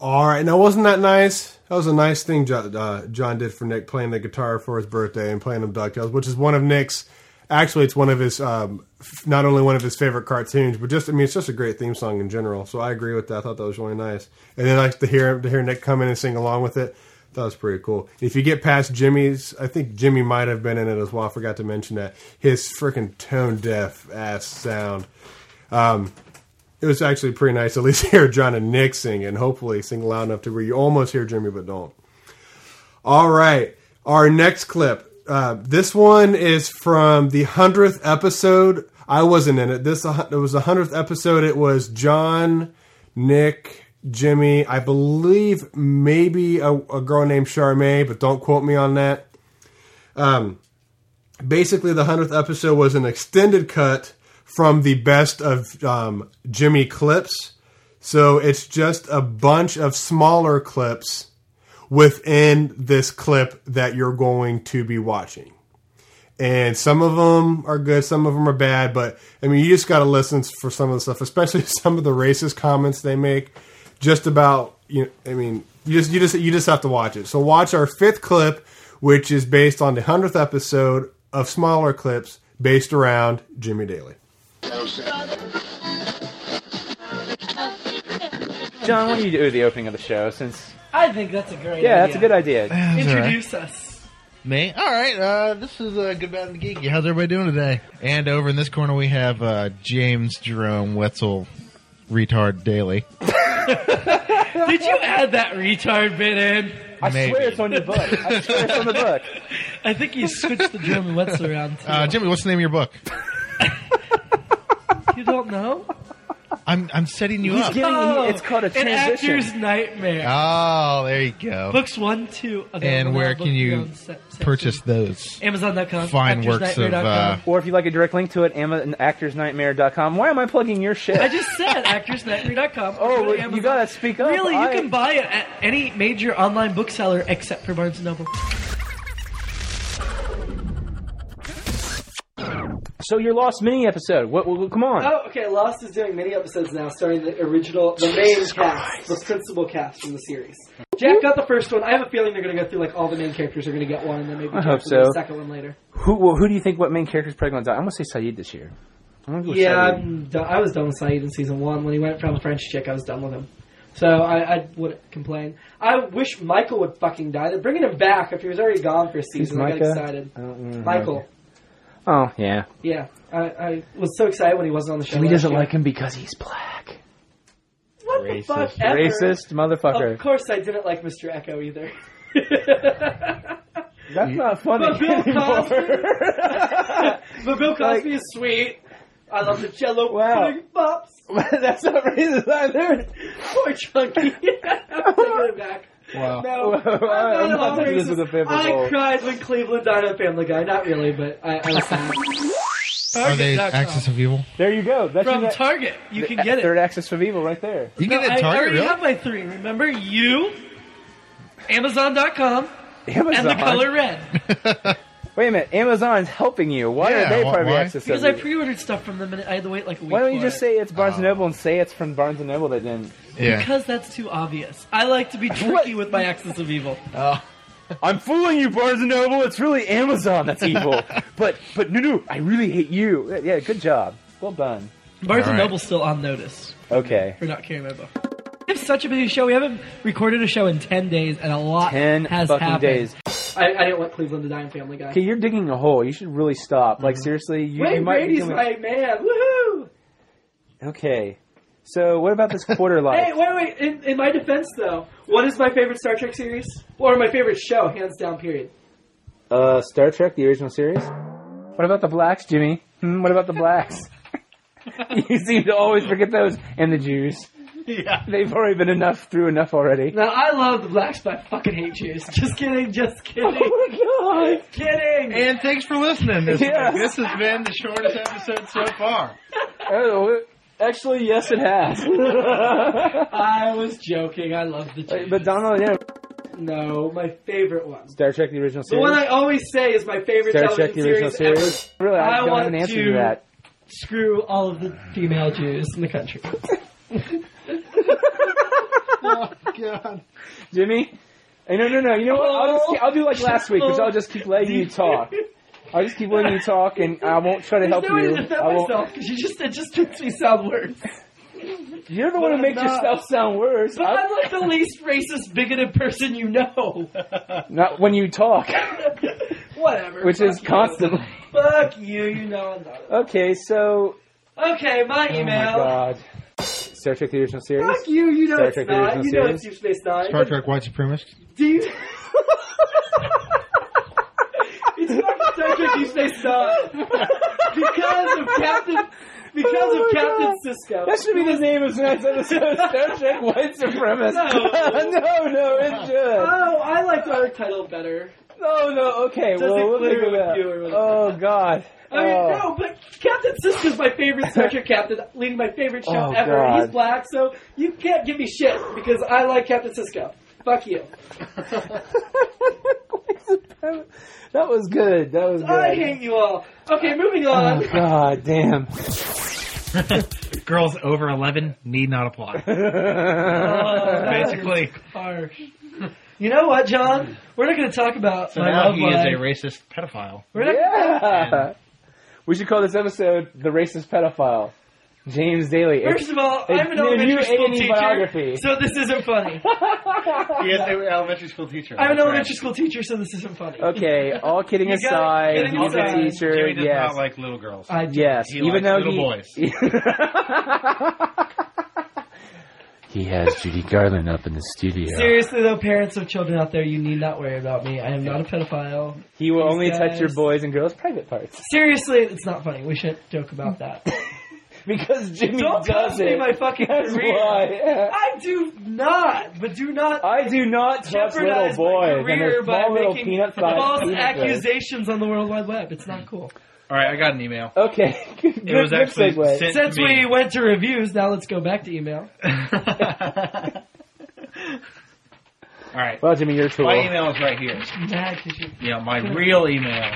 All right, now wasn't that nice? That was a nice thing John, uh, John did for Nick, playing the guitar for his birthday and playing him Ducktales, which is one of Nick's. Actually, it's one of his, um, f- not only one of his favorite cartoons, but just I mean, it's just a great theme song in general. So I agree with that. I thought that was really nice. And then like to hear to hear Nick come in and sing along with it, that was pretty cool. If you get past Jimmy's, I think Jimmy might have been in it as well. I forgot to mention that his freaking tone deaf ass sound. Um, it was actually pretty nice. At least hear John and Nick sing, and hopefully sing loud enough to where you almost hear Jimmy, but don't. All right, our next clip. Uh, this one is from the hundredth episode. I wasn't in it. This uh, it was the hundredth episode. It was John, Nick, Jimmy. I believe maybe a, a girl named Charmaine, but don't quote me on that. Um, basically the 100th episode was an extended cut from the best of um, jimmy clips so it's just a bunch of smaller clips within this clip that you're going to be watching and some of them are good some of them are bad but i mean you just got to listen for some of the stuff especially some of the racist comments they make just about you know, i mean you just you just you just have to watch it so watch our fifth clip which is based on the 100th episode of smaller clips based around jimmy daly
John, what do you do at the opening of the show? Since
I think that's a great
yeah, that's a good idea.
Introduce us.
Me? All right. Uh, this is uh, Good, Bad, and the Geeky. How's everybody doing today? And over in this corner, we have uh, James Jerome Wetzel, retard daily.
Did you add that retard bit in?
I swear Maybe. it's
on your book. I swear it's on the book. I think you switched the German Wetz around. Too.
Uh, Jimmy, what's the name of your book?
you don't know?
I'm I'm setting you
He's
up.
getting- he- it's
called a
Oh, An
transition.
actor's nightmare.
Oh, there you go.
Books one, two. available
and where
now, book
can you
beyond se- section.
purchase those?
Amazon.com.
Fine works of. Uh,
or if you'd like a direct link to it, ama- actorsnightmare.com. Why am I plugging your shit?
I just said actorsnightmare.com. Oh,
you gotta speak up.
Really, you
I-
can buy it at any major online bookseller except for Barnes & Noble.
So your lost mini episode. What, what, come on.
Oh, okay. Lost is doing many episodes now, starting the original, the main
Jesus
cast, the principal cast from the series. Jack got the first one. I have a feeling they're going to go through like all the main characters are going to get one, and then maybe
I
Jack
hope
will get
so.
a second one later.
Who well, who do you think what main character's probably going to die? I'm going to say Saeed this year. I'm gonna go with
Yeah,
Saeed.
I'm do- I was done with Saeed in season one when he went from the French chick. I was done with him, so I, I wouldn't complain. I wish Michael would fucking die. They're bringing him back after he was already gone for a season. I got
Micah?
excited.
I don't remember.
Michael,
Oh yeah.
yeah, I, I was so excited when he wasn't on the show.
Jimmy
last
doesn't
year.
like him because he's black.
What the fuck? ever?
Racist motherfucker.
Of course, I didn't like Mr. Echo either.
That's not funny.
But Bill
anymore.
Cosby, but Bill Cosby is sweet. I love the Jello pudding pops.
That's not racist either.
Poor Chunky. I'm taking it back.
Wow.
No,
Wow,
I'm
I-
not
I'm
at all
not thinking this
racist.
was a favorable-
I cried when Cleveland died on Family Guy. Not really, but I, I was sad.
are they
Target.com.
accessible?
There you go. That's
From
your
Target, you
the-
can get it.
Third access for Vivo right there.
You
No, I already have my three. Remember you, Amazon.com, and
Amazon?
the color red.
Wait a minute, Amazon's helping you. Why
Yeah,
are they
wh-
part of the
why?
access?
Because I
service?
pre-ordered stuff from them and I had to wait like a week.
Why don't you
for
just
it. Oh.
say it's Barnes and Noble and say it's from Barnes and Noble that didn't?
Because that's too obvious. I like to be tricky with my axis of evil.
Oh. I'm fooling you, Barnes and Noble. It's really Amazon that's evil. but but no no, I really hate you. Yeah, good job. Well done.
Barnes and Noble's still on notice
Okay.
for not carrying my book. We have such a busy show. We haven't recorded a show in ten days, and a lot
Ten
has
fucking
happened.
days.
I, I didn't want Cleveland to die in Family Guy.
Okay, you're digging a hole. You should really stop.
Mm-hmm.
Like seriously, you, you
Wayne
might be
Brady's
doing-
my man. Woohoo!
Okay. So what about this quarter life?
Hey, wait, wait. In, in my defense, though, what is my favorite Star Trek series? Or my favorite show, hands down, period.
Uh, Star Trek, the original series. What about the blacks, Jimmy? Hmm, what about the blacks? you seem to always forget those and the Jews.
Yeah.
They've already been enough through enough already.
Now I love the blacks, but I fucking hate Jews. Just kidding. Just kidding.
Oh my god.
Kidding.
And thanks for listening. This,
Yes.
this has been the shortest episode so far.
Oh, actually, yes, it has.
I was joking. I love the Jews.
But Donald, yeah,
No, my favorite one.
Star Trek, the original
The
series.
one I always say is my favorite
Star Trek,
television
the original
series.
series. Really, I,
I
don't
want
have an answer to,
to-
that.
Screw all of the female Jews in the country.
oh god.
Jimmy? Hey, no, no, no. You know what? I'll,
Oh,
just, I'll do like last week, which I'll just keep letting you talk. I'll just keep letting you talk, and I won't try to help
There's no way
you.
to defend
I won't-
myself because you just it just makes me sound worse.
You're the one who
But
makes
I'm not.
yourself sound worse.
But
I-
I'm like the least racist, bigoted person you know.
Not when you talk,
Whatever.
which is
Fuck you.
constantly.
Fuck you. You know I'm not.
Okay, so
Okay, my
oh my
email.
god, Star Trek the original series.
Fuck you, you know
Star
it's
Trek, the
not.
original
You know
series?
it's Deep Space Nine.
Star Trek White Supremacist.
Do you... it's not Star Trek Deep Space Nine. because of Captain... Because
Oh
of
my
Captain
God.
Cisco.
That should be the name of tonight's episode: Star Trek White Supremacist. No, no, it should.
Oh, I liked our title better.
No, no. Okay,
Does
well,
it
we'll
clear
figure it
with
out.
you or whatever?
Oh god.
I mean,
Oh.
no, but Captain Sisko's my favorite Star Trek captain, leading my favorite show
Oh,
ever.
God.
He's black, so you can't give me shit because I like Captain Sisko. Fuck you.
That was good. That was good.
I hate you all. Okay, moving
Oh
on.
god damn.
Girls over 11 need not apply.
Oh,
Uh,
Basically.
Harsh. You know what, John? We're not going to talk about
So
my
now
love
he
life.
is a racist pedophile.
We're not-
Yeah. We should call this episode "The Racist Pedophile." James Daly.
First of all, I'm an
It's a new
elementary school
A&E
teacher,
biography.
so this isn't funny.
He is an elementary school teacher.
I'm an
That's right.
elementary school teacher, so this isn't funny.
Okay, all kidding
You gotta-
aside,
kidding
he's a
aside.
teacher.
Jimmy does
Yes,
not like little girls.
I do.
yes.
He likes
Even though
little
he,
boys.
he has Judy Garland up in the studio.
Seriously, though, parents of children out there, you need not worry about me. I am not a pedophile.
He will
These
only touch
guys.
your boys and girls' private parts
Seriously, it's not funny. We shouldn't joke about that.
because Jimmy
Don't
does
cost me
it.
my fucking
That's
career.
why.
I do not, but do not
I do not touch little
jeopardize my
boys and their
career by
small little
making
peanut
false
sized
accusations on the World Wide Web. It's not cool.
All right, I got an email.
Okay, good,
It was
good
actually
segue.
sent
Since
to me.
we went to reviews, now let's go back to email. Oh,
All right,
Well, Jimmy, you're cool.
my email is right here.
Mad 'cause you-
Yeah, my real email.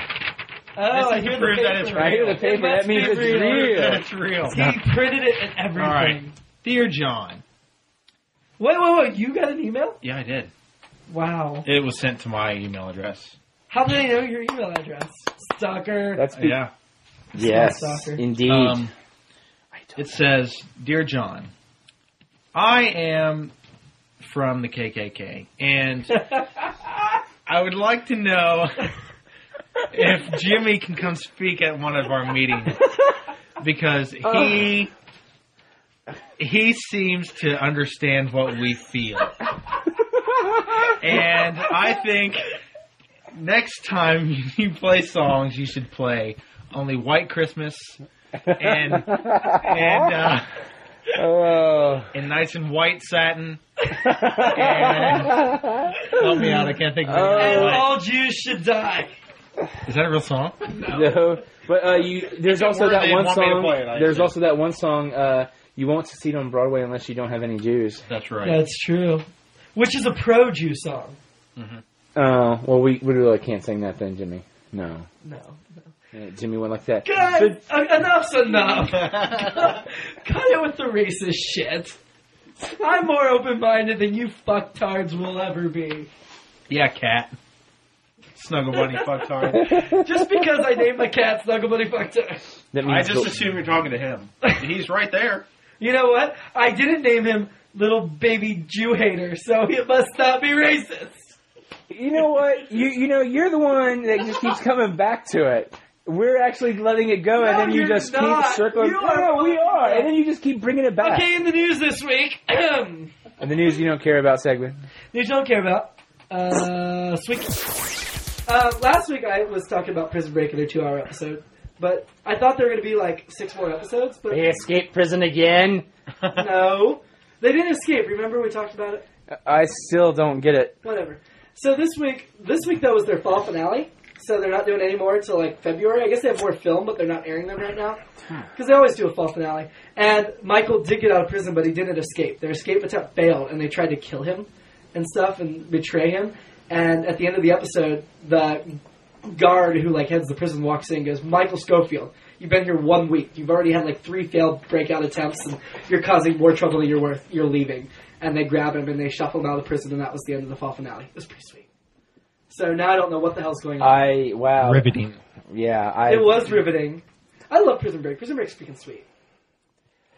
Oh, I
is to
hear the
prove
paper.
that it's
I hear
real.
the paper. That means it's real.
That's real.
He printed it and everything.
All right, dear John.
Wait, wait, wait. You got an email?
Yeah, I did.
Wow.
It was sent to my email address.
How did I know your email address? Stalker.
That's be-
Yeah.
yes,
Stalker.
indeed.
Um, it says, "Dear John, I am from the KKK, and I would like to know if Jimmy can come speak at one of our meetings because he he seems to understand what we feel, and I think." Next time you play songs, you should play only White Christmas and and uh,
oh.
and nice and white satin. and, help me out, I can't think of
Oh.
it.
And
Like,
all Jews should die.
Is that a real song?
No, but uh, you. There's also
were,
that
they
one
want me to
song.
play it, I
There's
said.
also that one song. Uh, you won't succeed on Broadway unless you don't have any Jews.
That's right.
That's true. Which is a pro Jew song.
Oh well, we we really can't sing that then, Jimmy. No.
No.
Yeah, Jimmy went like that.
God, en- enough's enough.
Cut
it with the racist shit. I'm more open-minded than you fucktards will ever be.
Yeah, cat. Snuggle bunny fucktard.
Just because I named my cat Snuggle Bunny Fucktard.
I just assume you're talking to him. He's right there.
You know what? I didn't name him Little Baby Jew Hater, so it must not be racist.
You know what? You you know you're the one that just keeps coming back to it. We're actually letting it go, and
No,
then you
you're
just
not.
keep circling.
You
no,
are
no, we
fucking-
are, and then you just keep bringing it back.
Okay, in the news this week, news
And the news you don't care about segment.
you don't care about. Uh, sweet. Uh, last week I was talking about Prison Break and their two-hour episode, but I thought there were going to be like six more episodes, but
They escape prison again.
no, they didn't escape. Remember we talked about it.
I still don't get it.
Whatever. So this week, this week though was their fall finale. So they're not doing any more until like February. I guess they have more film, but they're not airing them right now
Hmm.
because they always do a fall finale. And Michael did get out of prison, but he didn't escape. Their escape attempt failed, and they tried to kill him and stuff and betray him. And at the end of the episode, the guard who like heads the prison walks in and goes, Michael Schofield, you've been here one week. You've already had like three failed breakout attempts and you're causing more trouble than you're worth. You're leaving. And they grab him and they shuffle him out of the prison and that was the end of the fall finale. It was pretty sweet. So now I don't know what the hell's going on.
I wow.
Riveting.
Uh, Yeah, I.
it was riveting. I love Prison Break. Prison Break's freaking sweet.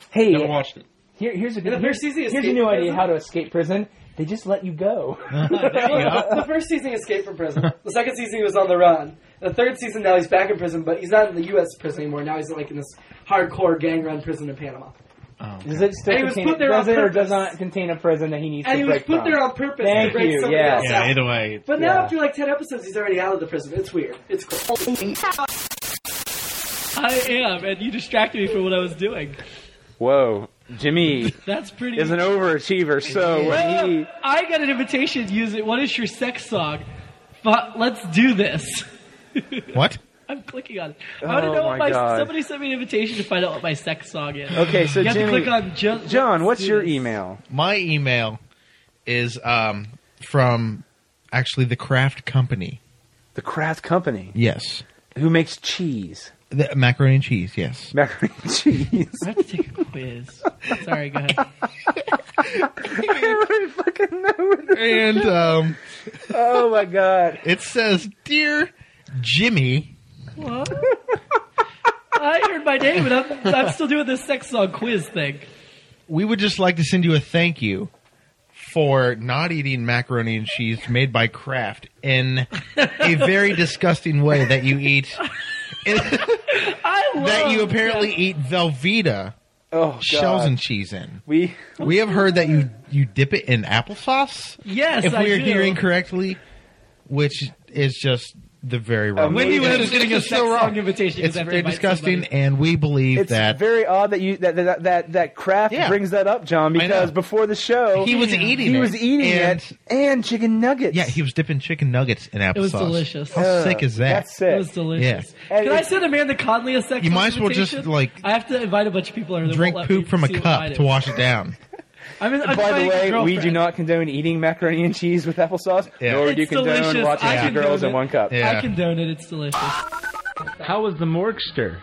Hey,
Never watched it.
Here, here's a
In
good.
the
Here's,
first season,
here's a
escape
new
from
idea
prison.
how to escape prison. They just let you go.
the first season, he escaped from prison. The second season, he was on the run. The third season, now he's back in prison, but he's not in the U.S. prison anymore. Now he's like in this hardcore gang run prison in Panama.
Does it still
And he was
contain,
put there
does
on
it or
purpose.
does not contain a prison that he needs
And he
to
was
break
put
from?
there on purpose to
Thank
break
you.
somebody
Yeah.
else Yeah, out. either
way.
But now, after like 10 episodes, he's already out of the prison. It's weird. It's cool. I
am,
and you distracted me from what I was doing.
Whoa, Jimmy
That's pretty.
is an overachiever. So
Well,
Oh, when he
I got an invitation to use it. What is your sex song? But let's do this.
What?
I'm clicking on it. I want
Oh
to know what
my
my
God.
somebody sent me an invitation to find out what my sex song is.
okay, so
you have
Jimmy,
to click on just
John, what's
do
your
this.
email?
My email is um, from actually the Kraft Company.
The Kraft Company.
Yes.
Who makes cheese?
The macaroni and cheese. Yes.
Macaroni and cheese.
I have to take a quiz. Sorry, go ahead.
and um,
oh my god,
it says, "Dear Jimmy."
What? I heard my name, and I'm, I'm still doing this sex song quiz thing.
we would just like to send you a thank you for not eating macaroni and cheese made by Kraft in a very disgusting way that you eat.
I love
that you apparently eat Velveeta
Oh,
shells and cheese in.
We
we have heard that you you dip it in applesauce.
Yes,
if
I
we are
do.
hearing correctly, which is just the very wrong.
Whitney
way.
Williams is getting a sex song invitation 'cause
It's
I have to
very
invite
disgusting,
somebody.
and we believe
It's
that
very odd that you that that that, that Kraft
Yeah.
brings that up, John, because before the show
He was eating
He
it,
was eating
and-
it and chicken nuggets.
Yeah, he was dipping chicken nuggets in applesauce.
It was delicious.
How sick is that?
That's sick.
It was delicious. Can I send Amanda Conley a sex?
You might as well just,
invitation?
like,
I have to invite a bunch of people. Or they
Drink
won't let
poop
me
from a
see what mine
cup
is.
to wash it down.
I'm in, I'm
By the
inviting a
way, we do
girlfriend.
not condone eating macaroni and cheese with applesauce, nor do you
It's
condone
delicious.
watching
I
two
condone
girls in
it.
one cup.
I condone it. It's delicious.
How was the Morgster?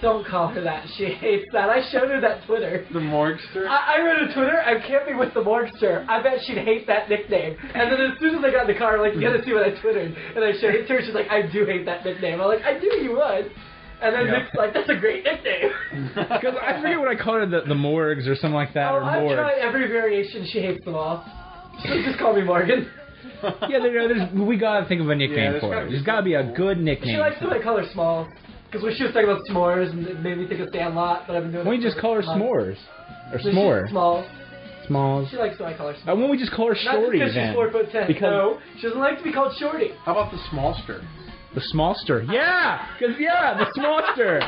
Don't call her that. She hates that. I showed her that Twitter.
The Morgster?
I, I wrote a Twitter. I'm camping with the Morgster. I bet she'd hate that nickname. And then as soon as I got in the car, I'm like, you gotta see what I Twittered. And I showed it to her. She's like, I do hate that nickname. I'm like, I knew you would. And then
Yeah.
Nick's like, that's a great nickname.
Because I forget what I called it, the, the Morgs or something like that, or
I've
Morg.
tried every variation. She hates them all. She'll just call me Morgan.
yeah, there, no, there's, we gotta think of a nickname
there's
for
gotta
it.
be
There's gotta be a good
She
nickname.
likes the way I call her Small. Because when she was talking about s'mores, and it made me think of Sandlot, but I've been doing
Why don't
it
we just
for
call her
months.
S'mores? Or
So she's
S'more?
Small.
S'malls.
She likes when I call her
Uh, why don't we just call her
Not
Shorty
because she's
then?
four foot ten.
Because-
no, she doesn't like to be called Shorty.
How about the smallster?
The Smallster. Yeah! Because, yeah, the Smallster.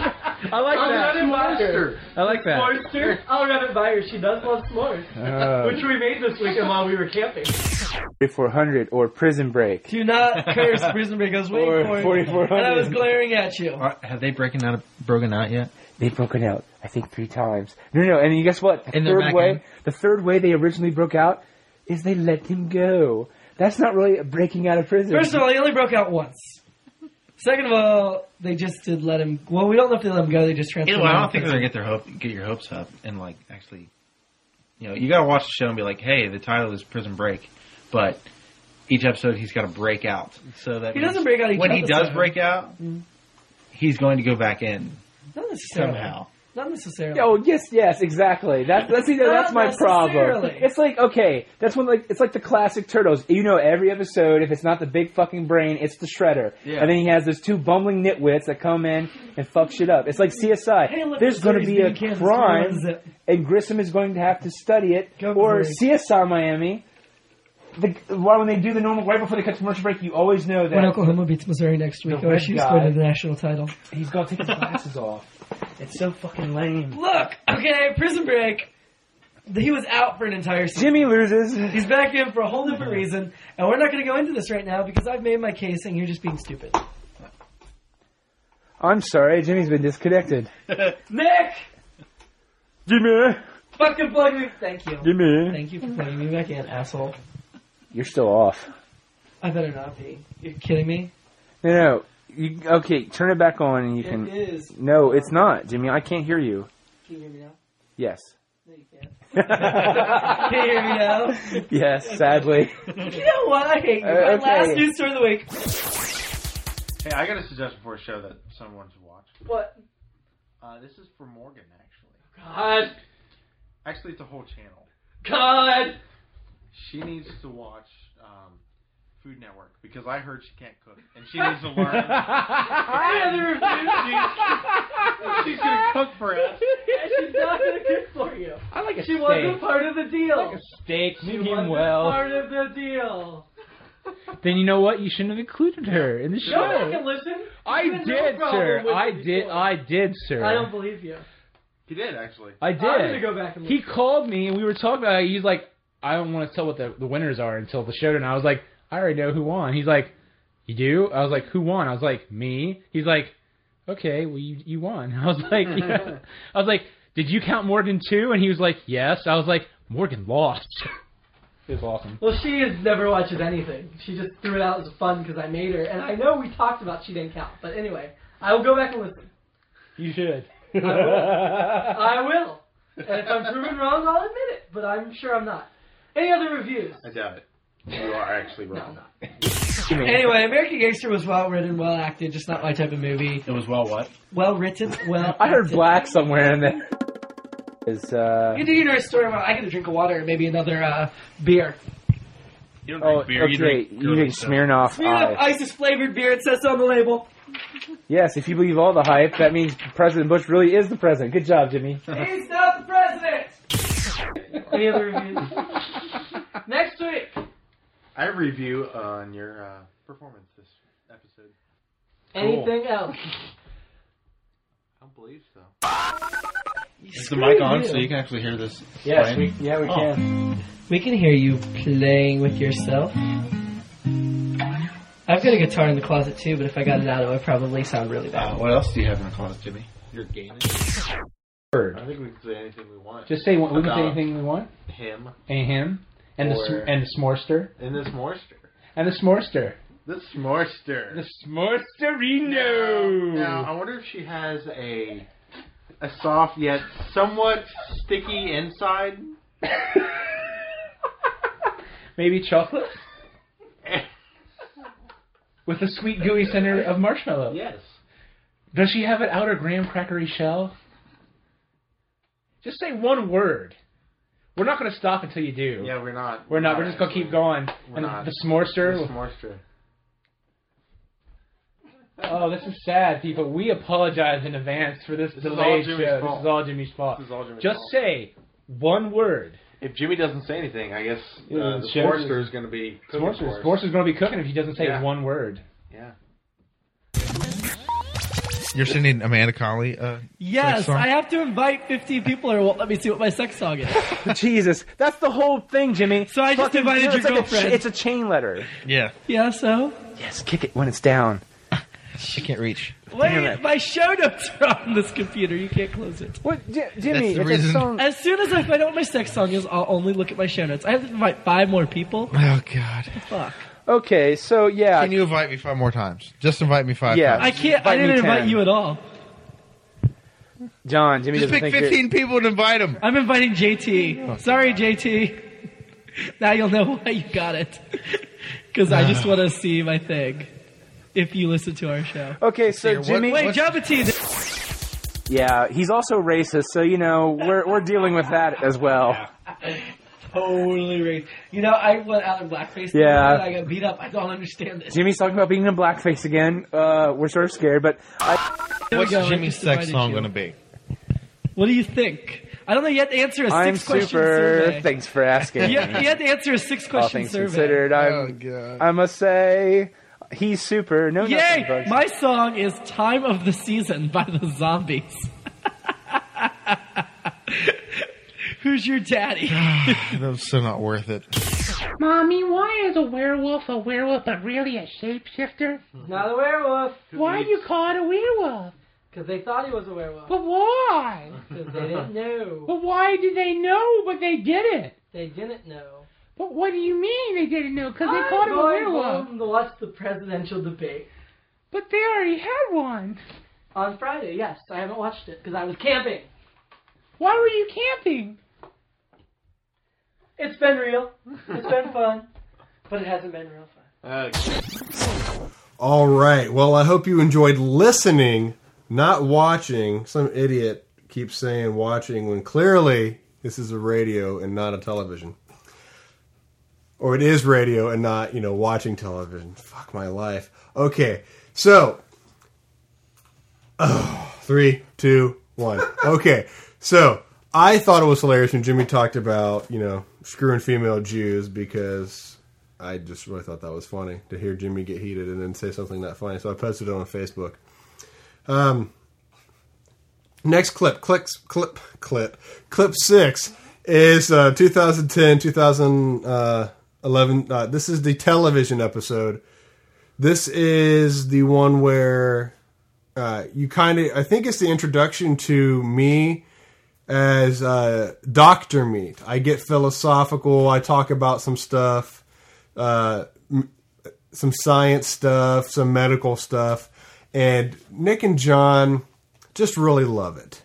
I like
I'll
that.
run it by her.
I like that.
S'morester? I'll run it by her. She does love s'mores,
Uh.
Oh.
which we made this weekend while we were camping.
4400 or prison break.
Do not curse prison break. I was waiting
Or
for it,
4400.
and I was glaring at you.
Are, have they broken out broken out yet?
They've broken out, I think, three times. No, no, and you guess what? The
And they're
third
back
way,
in.
the third way they originally broke out is they let him go. That's not really a breaking out of prison.
First of all, he only broke out once. Second of all, they just did let him. Well, we don't know if they let him go. They just transferred.
Either way, I
him
don't think they're gonna get their hope, get your hopes up, and like actually, you know, you gotta watch the show and be like, hey, the title is Prison Break, but each episode he's got to break out. So that
He Mm.
means
doesn't break out. Each
when he does
episode.
break out, he's going to go back in.
Not necessarily.
Somehow.
Not necessarily.
Oh yes, yes, exactly. That, that's see,
Not
that's my problem.
necessarily.
It's like okay, that's when like it's like the classic turtles. You know, every episode, if it's not the big fucking brain, it's the shredder.
Yeah.
And then he has those two bumbling nitwits that come in and fuck shit up. It's like CSI.
Hey, look,
There's going to be a
Missouri's being Kansas.
crime,
Who runs it?
and Grissom is going to have to study it. or
Missouri.
CSI Miami. The, why when they do the normal right before they cut to commercial break, you always know that
When Oklahoma beats Missouri next week,
The red
OSU's
guy.
going to the national title.
he's going to take his glasses off. It's so fucking lame.
Look, okay, Prison Break. He was out for an entire season.
Jimmy loses.
He's back in for a whole different reason, and we're not going to go into this right now because I've made my case, and you're just being stupid.
I'm sorry, Jimmy's been disconnected.
Nick,
Jimmy,
fucking plug me. Thank you.
Jimmy,
Thank you for plugging me back in, asshole.
you're still off.
I better not be. You're kidding me.
No, no. You, okay, turn it back on and you
It
can.
is.
No, it's not, Jimmy. I can't hear you.
Can you hear me now?
Yes.
No, you can't. Can you hear me now?
Yes, sadly.
You know what? I hate you.
Uh,
My
okay.
last news story of the week.
Hey, I got a suggestion for a show that someone should watch.
What?
Uh, this is for Morgan, actually.
God.
Actually, it's a whole channel.
God.
She needs to watch um, Food Network because I heard she can't cook and she needs to learn. She's gonna cook for us.
She's not gonna cook for you.
I like a
She
steak.
wasn't part of the deal.
Steak,
she
medium
wasn't
well.
part of the deal.
Then you know what? You shouldn't have included her in the
Go back and
show.
listen.
I
You had no
did,
problem
sir.
with
I
it
did.
before.
I did, sir.
I don't believe you.
He did actually.
I did.
I'm gonna go back and
He
listen.
called me and we were talking about it. He's like, I don't want to tell what the, the winners are until the showdown. I was like, I already know who won. He's like, You do? I was like, Who won? I was like, Me. He's like, Okay, well you you won. I was like, yeah. I was like, Did you count Morgan too? And he was like, Yes. I was like, Morgan lost. it was awesome.
Well, she is never watches anything. She just threw it out as fun because I made her, and I know we talked about she didn't count. But anyway, I will go back and listen.
You should.
I will. I will. And if I'm proven wrong, I'll admit it. But I'm sure I'm not. Any other reviews?
I doubt it. You are actually wrong.
Anyway, American Gangster was well written, well acted, just not my type of movie.
It was well what?
Well written, well.
I heard black somewhere in there. Is uh.
You do you know a story where I get a drink of water and maybe another uh, beer.
You don't
Oh,
drink beer.
okay.
You drink.
you drink Smirnoff
Smirnoff
Ice.
Ice is flavored beer. It says so on the label.
Yes, if you believe all the hype, that means President Bush really is the president. Good job, Jimmy.
He's not the president. Any other reviews? Next week.
I review on your uh, performance this episode.
Anything else?
I don't believe so.
Is
the mic on so you can actually hear this?
Yes, we,
playing?
yeah, we
Oh.
can.
We can hear you playing with yourself. I've got a guitar in the closet too, but if I got it out, it would probably sound really bad.
Uh,
Oh.
what else do you have in the closet, Jimmy? You're gaming.
Bird.
I think we can say anything we want.
Just say what we can say
About
anything we want.
Him
And him. And the
Or-
sm- and the smorster.
and this morster.
And the smorster.
This morster.
The smorsterino.
Now I wonder if she has a a soft yet somewhat sticky inside.
Maybe chocolate? With a sweet gooey center of marshmallow.
Yes.
Does she have an outer graham crackery shell? Just say one word. We're not going to stop until you do.
Yeah, we're not.
We're not. We're just going to keep going.
We're
and
not.
the smorster.
This morster.
oh, this is sad, people. We apologize in advance for this,
This is all
delayed
Jimmy's
show.
fault.
This is all Jimmy's fault.
This is all Jimmy's
just
fault.
say one word.
If Jimmy doesn't say anything, I guess uh,
Yeah,
the
sure.
morster is going to be cooking
Smorster.
for us.
Smorster's going to be cooking if he doesn't say
Yeah.
one word.
Yeah.
You're sending Amanda Colley. Uh,
Yes,
sex song?
I have to invite 15 people or won't let me see what my sex song is.
Jesus, that's the whole thing, Jimmy. So
I just invited your
it's like a
girlfriend.
cha- it's a chain letter.
Yeah.
yeah, so?
Yes, kick it when it's down.
She can't reach.
Wait, my show notes are on this computer. You can't close it.
What,
Jimmy, the if it's reason. song-
As soon as I find out what my sex song is, I'll only look at my show notes. I have to invite five more people.
Oh God.
Fuck.
Okay, so yeah.
Can you invite me five more times? Just invite me five
Yeah.
times.
I can't- I Invite me didn't invite 10. you
at all.
John, Jimmy
Just
doesn't
pick
think you're- Oh.
15 people and invite them.
I'm inviting JT. Sorry, JT. Now you'll know why you got it. Because I just want to see my thing. If you listen to our show.
Okay, so Jimmy-
Wait,
what-
Jabba T. th-
Yeah, he's also racist, so you know we're we're dealing with that as well.
Totally right. You know, I went out in blackface.
Yeah.
and I got beat up. I don't understand this.
Jimmy's talking about being in blackface again. Uh, we're sort of scared, but I,
There we What's go, I Jimmy's just sex invited song you. gonna
be?
What do you think? I don't know. You had to answer a
I'm
six question
super.
survey.
Thanks for asking.
You had, you had to answer a six
All
question
things
survey.
considered, I'm, I must say he's super. No, nothing
Yay!
bugs
My song is "Time of the Season" by the Zombies. Who's your daddy?
that was so not worth it.
Mommy, why is a werewolf a werewolf but really a shapeshifter?
Not a werewolf.
Why do you call it a werewolf?
Because they thought he was a werewolf.
But why?
Because they didn't know.
But why did they know but they didn't?
They didn't know.
But what do you mean they didn't know? Because they
I'm
called him a
going
werewolf.
home to watch the presidential debate
But they already had one.
on Friday. Yes, I haven't watched it because I was camping.
Why were you camping?
It's been real. It's been fun, but it hasn't been real fun. Uh,
All right. Well, I hope you enjoyed listening, not watching. Some idiot keeps saying watching when clearly this is a radio and not a television. Or it is radio and not, you know, watching television. Fuck my life. Okay. So, oh, three, two, one. Okay. So, I thought it was hilarious when Jimmy talked about, you know, screwing female Jews because I just really thought that was funny to hear Jimmy get heated and then say something that funny. So I posted it on Facebook. Um, next clip, clicks, clip, clip, clip six is uh, 2010, 2011. Uh, this is the television episode. This is the one where uh, you kind of, I think it's the introduction to me as uh, Doctor Meat. I get philosophical. I talk about some stuff, uh, m- some science stuff, some medical stuff, and Nick and John just really love it.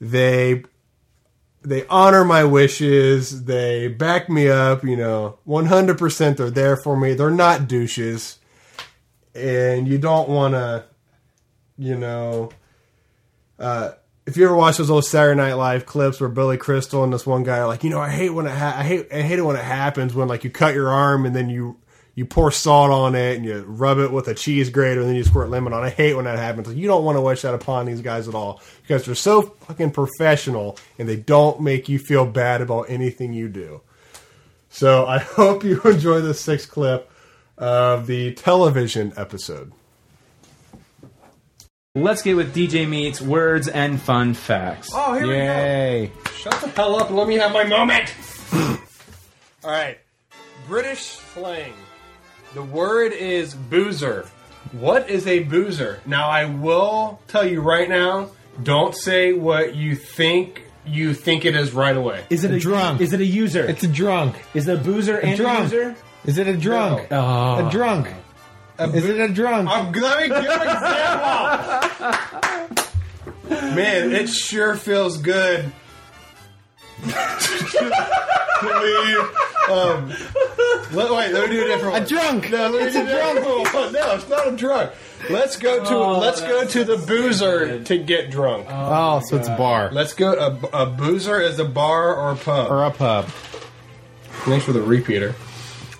They they honor my wishes. They back me up. You know, one hundred percent. They're there for me. They're not douches, and you don't want to, you know. Uh, if you ever watch those old Saturday Night Live clips where Billy Crystal and this one guy are like, you know, I hate when it ha- I hate I hate it when it happens when like you cut your arm and then you you pour salt on it and you rub it with a cheese grater and then you squirt lemon on. it. I hate when that happens. You don't want to wish that upon these guys at all because they're so fucking professional and they don't make you feel bad about anything you do. So I hope you enjoy this sixth clip of the television episode.
Let's get with DJ Meets words and fun facts.
Oh, here we go.
Yay.
Shut the hell up and let me have my moment.
All right.
British slang. The word is boozer. What is a boozer? Now, I will tell you right now don't say what you think you think it is right away.
Is it a drunk? Is it a user? It's
a drunk.
Is it a boozer and a
drunk.
user?
Is it a
drunk? Oh.
A drunk. is it a drunk? let me give an example. Man, it sure feels good. Um, to be, um, let, wait, let me do a different one. A drunk. No, let me
It's
do
a
different one. No, it's not a drunk. Let's go to
Oh,
let's go to the boozer to get drunk.
Oh, so it's a bar.
Let's go. A, a boozer is a bar or a pub.
Or a pub.
Thanks for the repeater.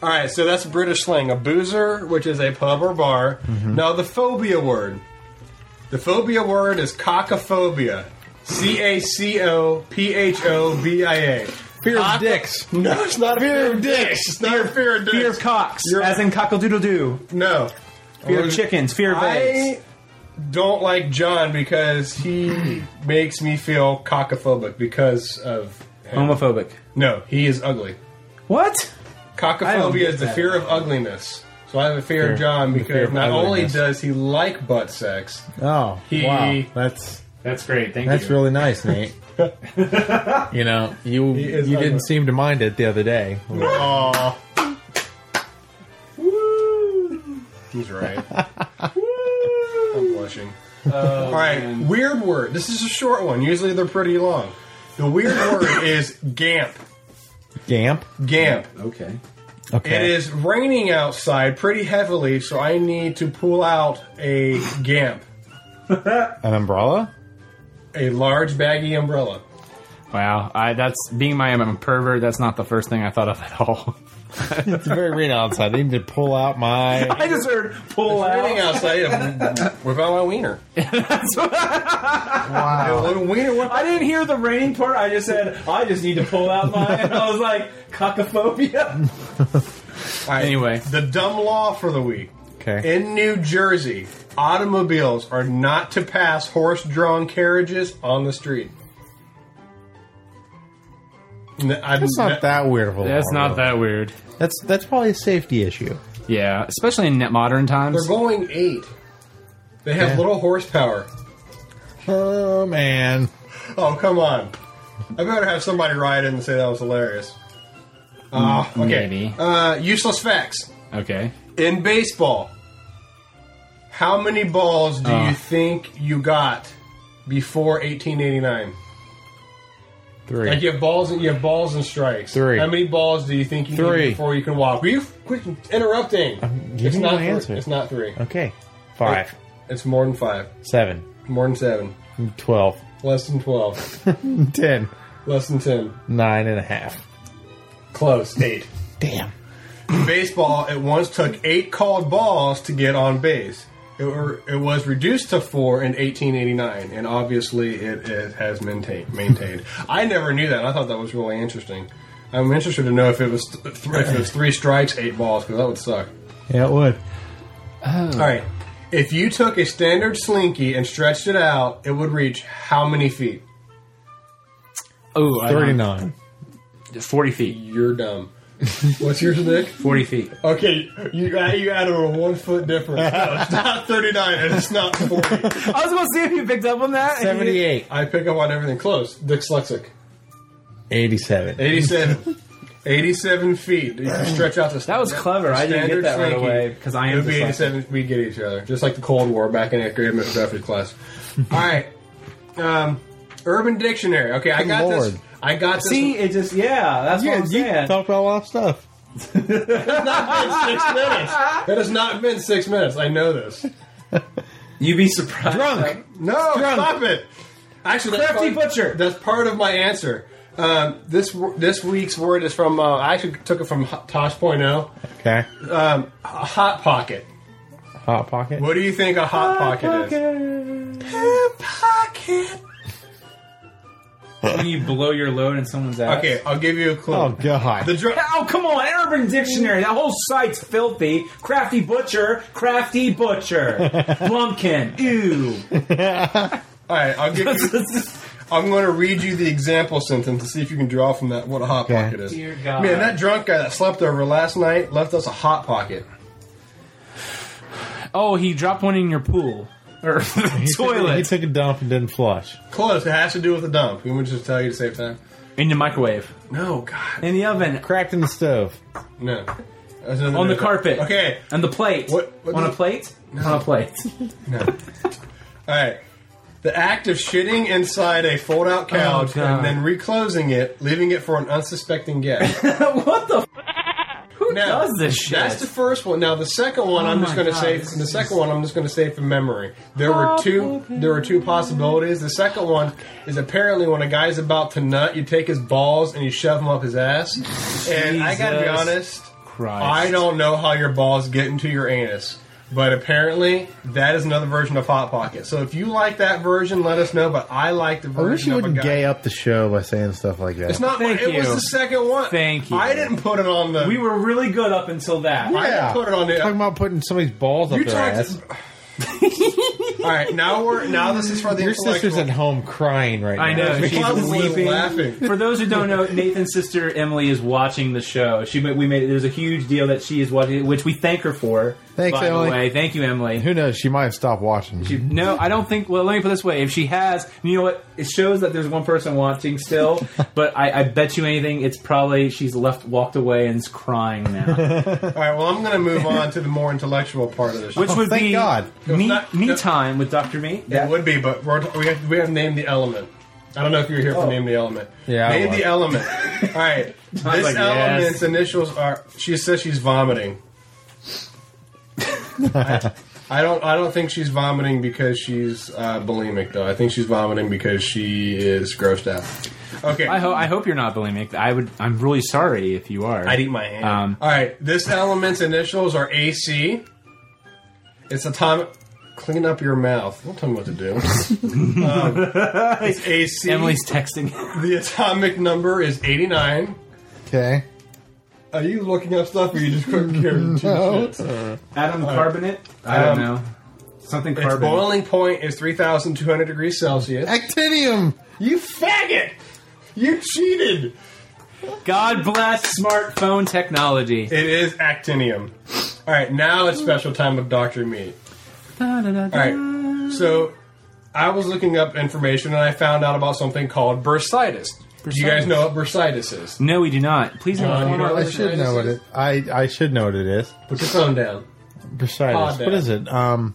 All right, so that's British slang. A boozer, which is a pub or bar.
Mm-hmm.
Now the phobia word. The phobia word is cockophobia. C A C O P H O B I A. Fear of dicks. No, it's not fear, fear of dicks. It's not a fear of dicks.
Fear of cocks, as in cockle-doodle-doo.
No.
Fear of chickens, fear of
I
eggs.
don't like John because he makes me feel cockophobic because of him.
Homophobic.
No, he is ugly.
What? I don't
Cockophobia
get
is the
that.
fear of ugliness. So I have a fear,
Fear-
of John
the fear
because
of
not only
ugliness.
does he like butt sex,
Oh,
he
wow. That's
that's great.
that's really nice, Nate. you know, you
He
you
is ugly.
didn't seem to mind it the other day.
Aw.
He's right. I'm blushing. All right,
Um,
weird word. This is a short one. Usually they're pretty long. The weird word is gamp.
Gamp.
Gamp.
Okay.
It is raining outside pretty heavily, so I need to pull out a gamp,
An umbrella?
a large baggy umbrella.
Wow, I, that's being my I'm a pervert. That's not the first thing I thought of at all.
it's very rainy outside. I need to pull out my.
I just heard pull
It's raining outside. Whip out my wiener.
wow.
I didn't hear the rain part. I just said, I just need to pull out my. I was like, cockophobia.
anyway, the dumb law for the week.
Okay.
In New Jersey, automobiles are not to pass horse-drawn carriages on the street.
That's not that weird of a
That's
law,
not that weird.
That's that's probably a safety issue.
Yeah, especially in modern
They're
times.
going eight. They have
Yeah.
little horsepower.
Oh man!
Oh come on! I better have somebody write in and say that was hilarious. Ah,
Mm,
okay.
maybe.
Uh, useless facts
Okay.
in baseball. How many balls do
Uh.
you think you got before 1889?
Three.
Like you have balls and you have balls and strikes.
Three.
How many balls do you think you
Three.
need before you can walk? Will you quit interrupting?
giving
it's
you
not
an
three.
answer.
It's not three.
Okay. Five.
It's more than five.
Seven.
More than seven.
Twelve.
Less than twelve.
Ten.
Less than ten.
Nine and a half.
Close. Eight.
Damn.
In baseball, it once took eight called balls to get on base. It, were, it was reduced to four in 1889, and obviously it, it has maintained. maintained. I never knew that. and I thought that was really interesting. I'm interested to know if it was th- th- if it was three strikes, eight balls, because that would suck.
Yeah, it would.
Oh.
All right, if you took a standard slinky and stretched it out, it would reach how many feet?
Oh, I don't-
Thirty-nine.
40 feet.
You're dumb. What's yours, Nick?
40 feet.
Okay, you add- you added a one foot difference. No, it's not 39 and it's not 40.
I was going to see if you picked up on that.
I pick up on everything close. Dyslexic.
Eighty-seven.
87. 87 feet. You can stretch out the That
was clever. I didn't get that right away, because I am
It would be
dyslexic.
87. We get each other. Just like the Cold War back in eighth grade Mr. class. All right. Um, Urban Dictionary. Okay, I
Good
got
Lord.
this. I got this.
See, it just, yeah, that's what I'm
you
saying.
talked about a lot of stuff.
six minutes. That has not been six minutes. I know this. Uh,
You'd be surprised.
Drunk.
No, stop it. Actually, that's
Crafty
part, butcher. That's part of my answer. Um, this w- this week's word is from. Uh, I actually took it from Ho- Tosh.0.
Okay.
oh. Um, a hot pocket.
Hot pocket.
What do you think a hot, pocket,
is.
Hot pocket.
when you blow your load in someone's ass.
Okay, I'll give you a clue.
Oh god.
The dr-
oh come on, Urban Dictionary. That whole site's filthy. Crafty butcher, crafty butcher, Blumpkin. Ew.
All right, I'll give you. I'm going to read you the example sentence to see if you can draw from that what a hot pocket is.
Dear God.
Man, that drunk guy that slept over last night left us a hot pocket.
Oh, he dropped one in your pool. Or
He
the
took-
toilet.
he took a dump and didn't flush.
Close. It has to do with the dump. We would just tell you to save time.
In the microwave.
No, God.
In the oven.
Cracked in the stove.
No.
On the carpet.
Okay.
On the plate.
what
on a
does-
plate? On a plate.
All right. The act of shitting inside a fold-out couch
Oh, God.
and then reclosing it, leaving it for an unsuspecting guest.
what the?
Who
does this shit?
That's the first one. Now the second one,
Oh
I'm just
my
going to
God,
say.
this
The second one, I'm just going to say from memory. There were two. There were two possibilities. The second one is apparently when a guy's about to nut, you take his balls and you shove them up his ass. And I got to be
Jesus
honest,
Christ.
I don't know how your balls get into your anus. But apparently, that is another version of Hot Pocket. So if you like that version, let us know. But I like the
I
version.
wish you
of a
wouldn't
guy.
gay up the show by saying stuff like that.
It's not.
Thank
it was
you.
the second one.
Thank you.
I didn't put it on the.
We were really good up until that.
I didn't put it on the.
Talking about putting somebody's balls up
You
their
talked-
ass.
All right, now we're now this is for the
Your sister's at home crying right
I
now.
know, she's
weeping.
laughing.
For those who don't know, Nathan's sister Emily is watching the show. She ma- we made there's a huge deal that she is watching, it, which we thank her for.
Thanks,
by the
Emily.
way, thank you, Emily.
Who knows? She might have stopped watching.
She, no, I don't think. Well, let me put it this way: if she has, you know what? It shows that there's one person watching still. but I, I bet you anything, it's probably she's left, walked away, and is crying now.
All right, well, I'm going to move on to the more intellectual part of this,
Which
Oh,
would be me, me time with Doctor
It would be, but we're, we have we have named the element. I don't know if you were here for name the element.
Oh. Yeah, I
name
was.
the element. All right, this
like, yes.
element's initials are. She says she's vomiting. I don't. I don't think she's vomiting because she's uh, bulimic, though. I think she's vomiting because she is grossed out. Okay.
I, ho- I hope you're not bulimic. I would. I'm really sorry if you are.
I'd eat my hand.
Um,
All right, this element's initials are AC. It's atomic. Clean up your mouth. Don't tell me what to do. um, it's AC.
Emily's texting.
The atomic number is 89.
Okay.
Are you looking up stuff or you just couldn't care?
No.
Adam
All right.
carbonate. I
Um,
don't know. Something
Its
carbonate.
boiling point is 3,200 degrees Celsius.
Actinium!
You faggot! You cheated!
God bless smartphone technology. It
is actinium. All right, now it's special time with Dr. Meat. All right. So I was looking up information and I found out about something called bursitis. Do you guys know what bursitis is?
No, we do not. Please
John,
inform
you know
our
what
I should
listeners.
Uh, know what it. I I should know what it is.
Put your phone down. Pod
Bursitis.
down.
What is it? Um,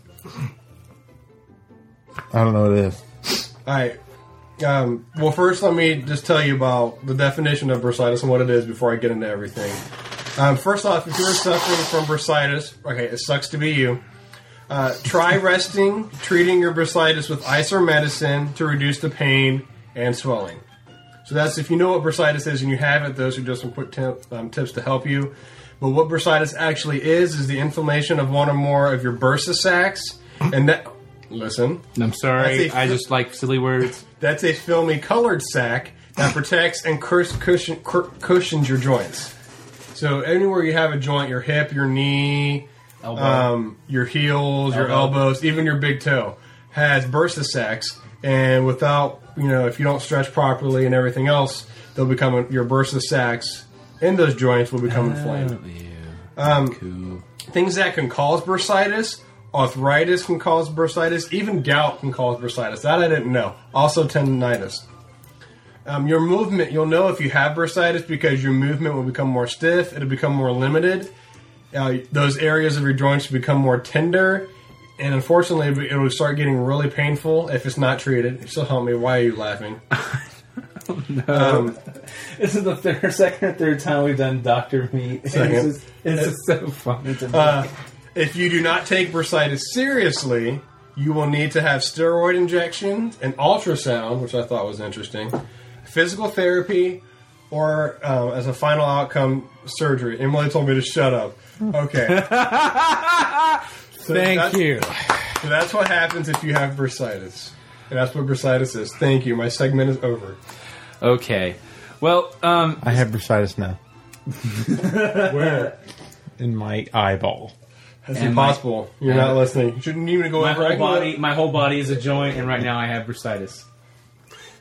I don't know what it is.
All right. Um, well, first, let me just tell you about the definition of bursitis and what it is before I get into everything. Um, first off, if you're suffering from bursitis, okay, it sucks to be you. Uh, try resting, treating your bursitis with ice or medicine to reduce the pain and swelling. So that's if you know what bursitis is and you have it. Those are just some quick tip, um, tips to help you. But what bursitis actually is is the inflammation of one or more of your bursa sacs, and that listen.
I'm sorry.
That's a-
I just like silly words.
That's a filmy colored sac that protects and curs- cushion, cur- cushions your joints. So anywhere you have a joint, your hip, your knee,
Elbow.
um, your heels, your
Elbow.
elbows, even your big toe has bursa sacs. And without you know, if you don't stretch properly and everything else, they'll become your bursa sacs in those joints will become inflamed. Um, Things that can cause bursitis, arthritis can cause bursitis, even gout can cause bursitis. That I didn't know. Also tendinitis. Um, your movement, you'll know if you have bursitis because your movement will become more stiff, it'll become more limited. Uh, those areas of your joints will become more tender, and unfortunately, it'll start getting really painful if it's not treated. So help me, why are you laughing? Um,
this is the third, second or third time we've done Doctor Meat. It's
Second.
just, it's just so funny to me.
Uh, if you do not take bursitis seriously, you will need to have steroid injections, an ultrasound, which I thought was interesting, physical therapy, or um, as a final outcome, surgery. Emily told me to shut up. Okay. So
Thank
that's-
you.
So that's what happens if you have bursitis. And that's what bursitis is. Thank you. My segment is over.
okay. Well, um,
I have bursitis now
Where?
in my eyeball.
That's
And my-
impossible. You're not listening. You shouldn't even go
my
over. I
whole
can go-
body. My whole body is a joint, and right now I have bursitis.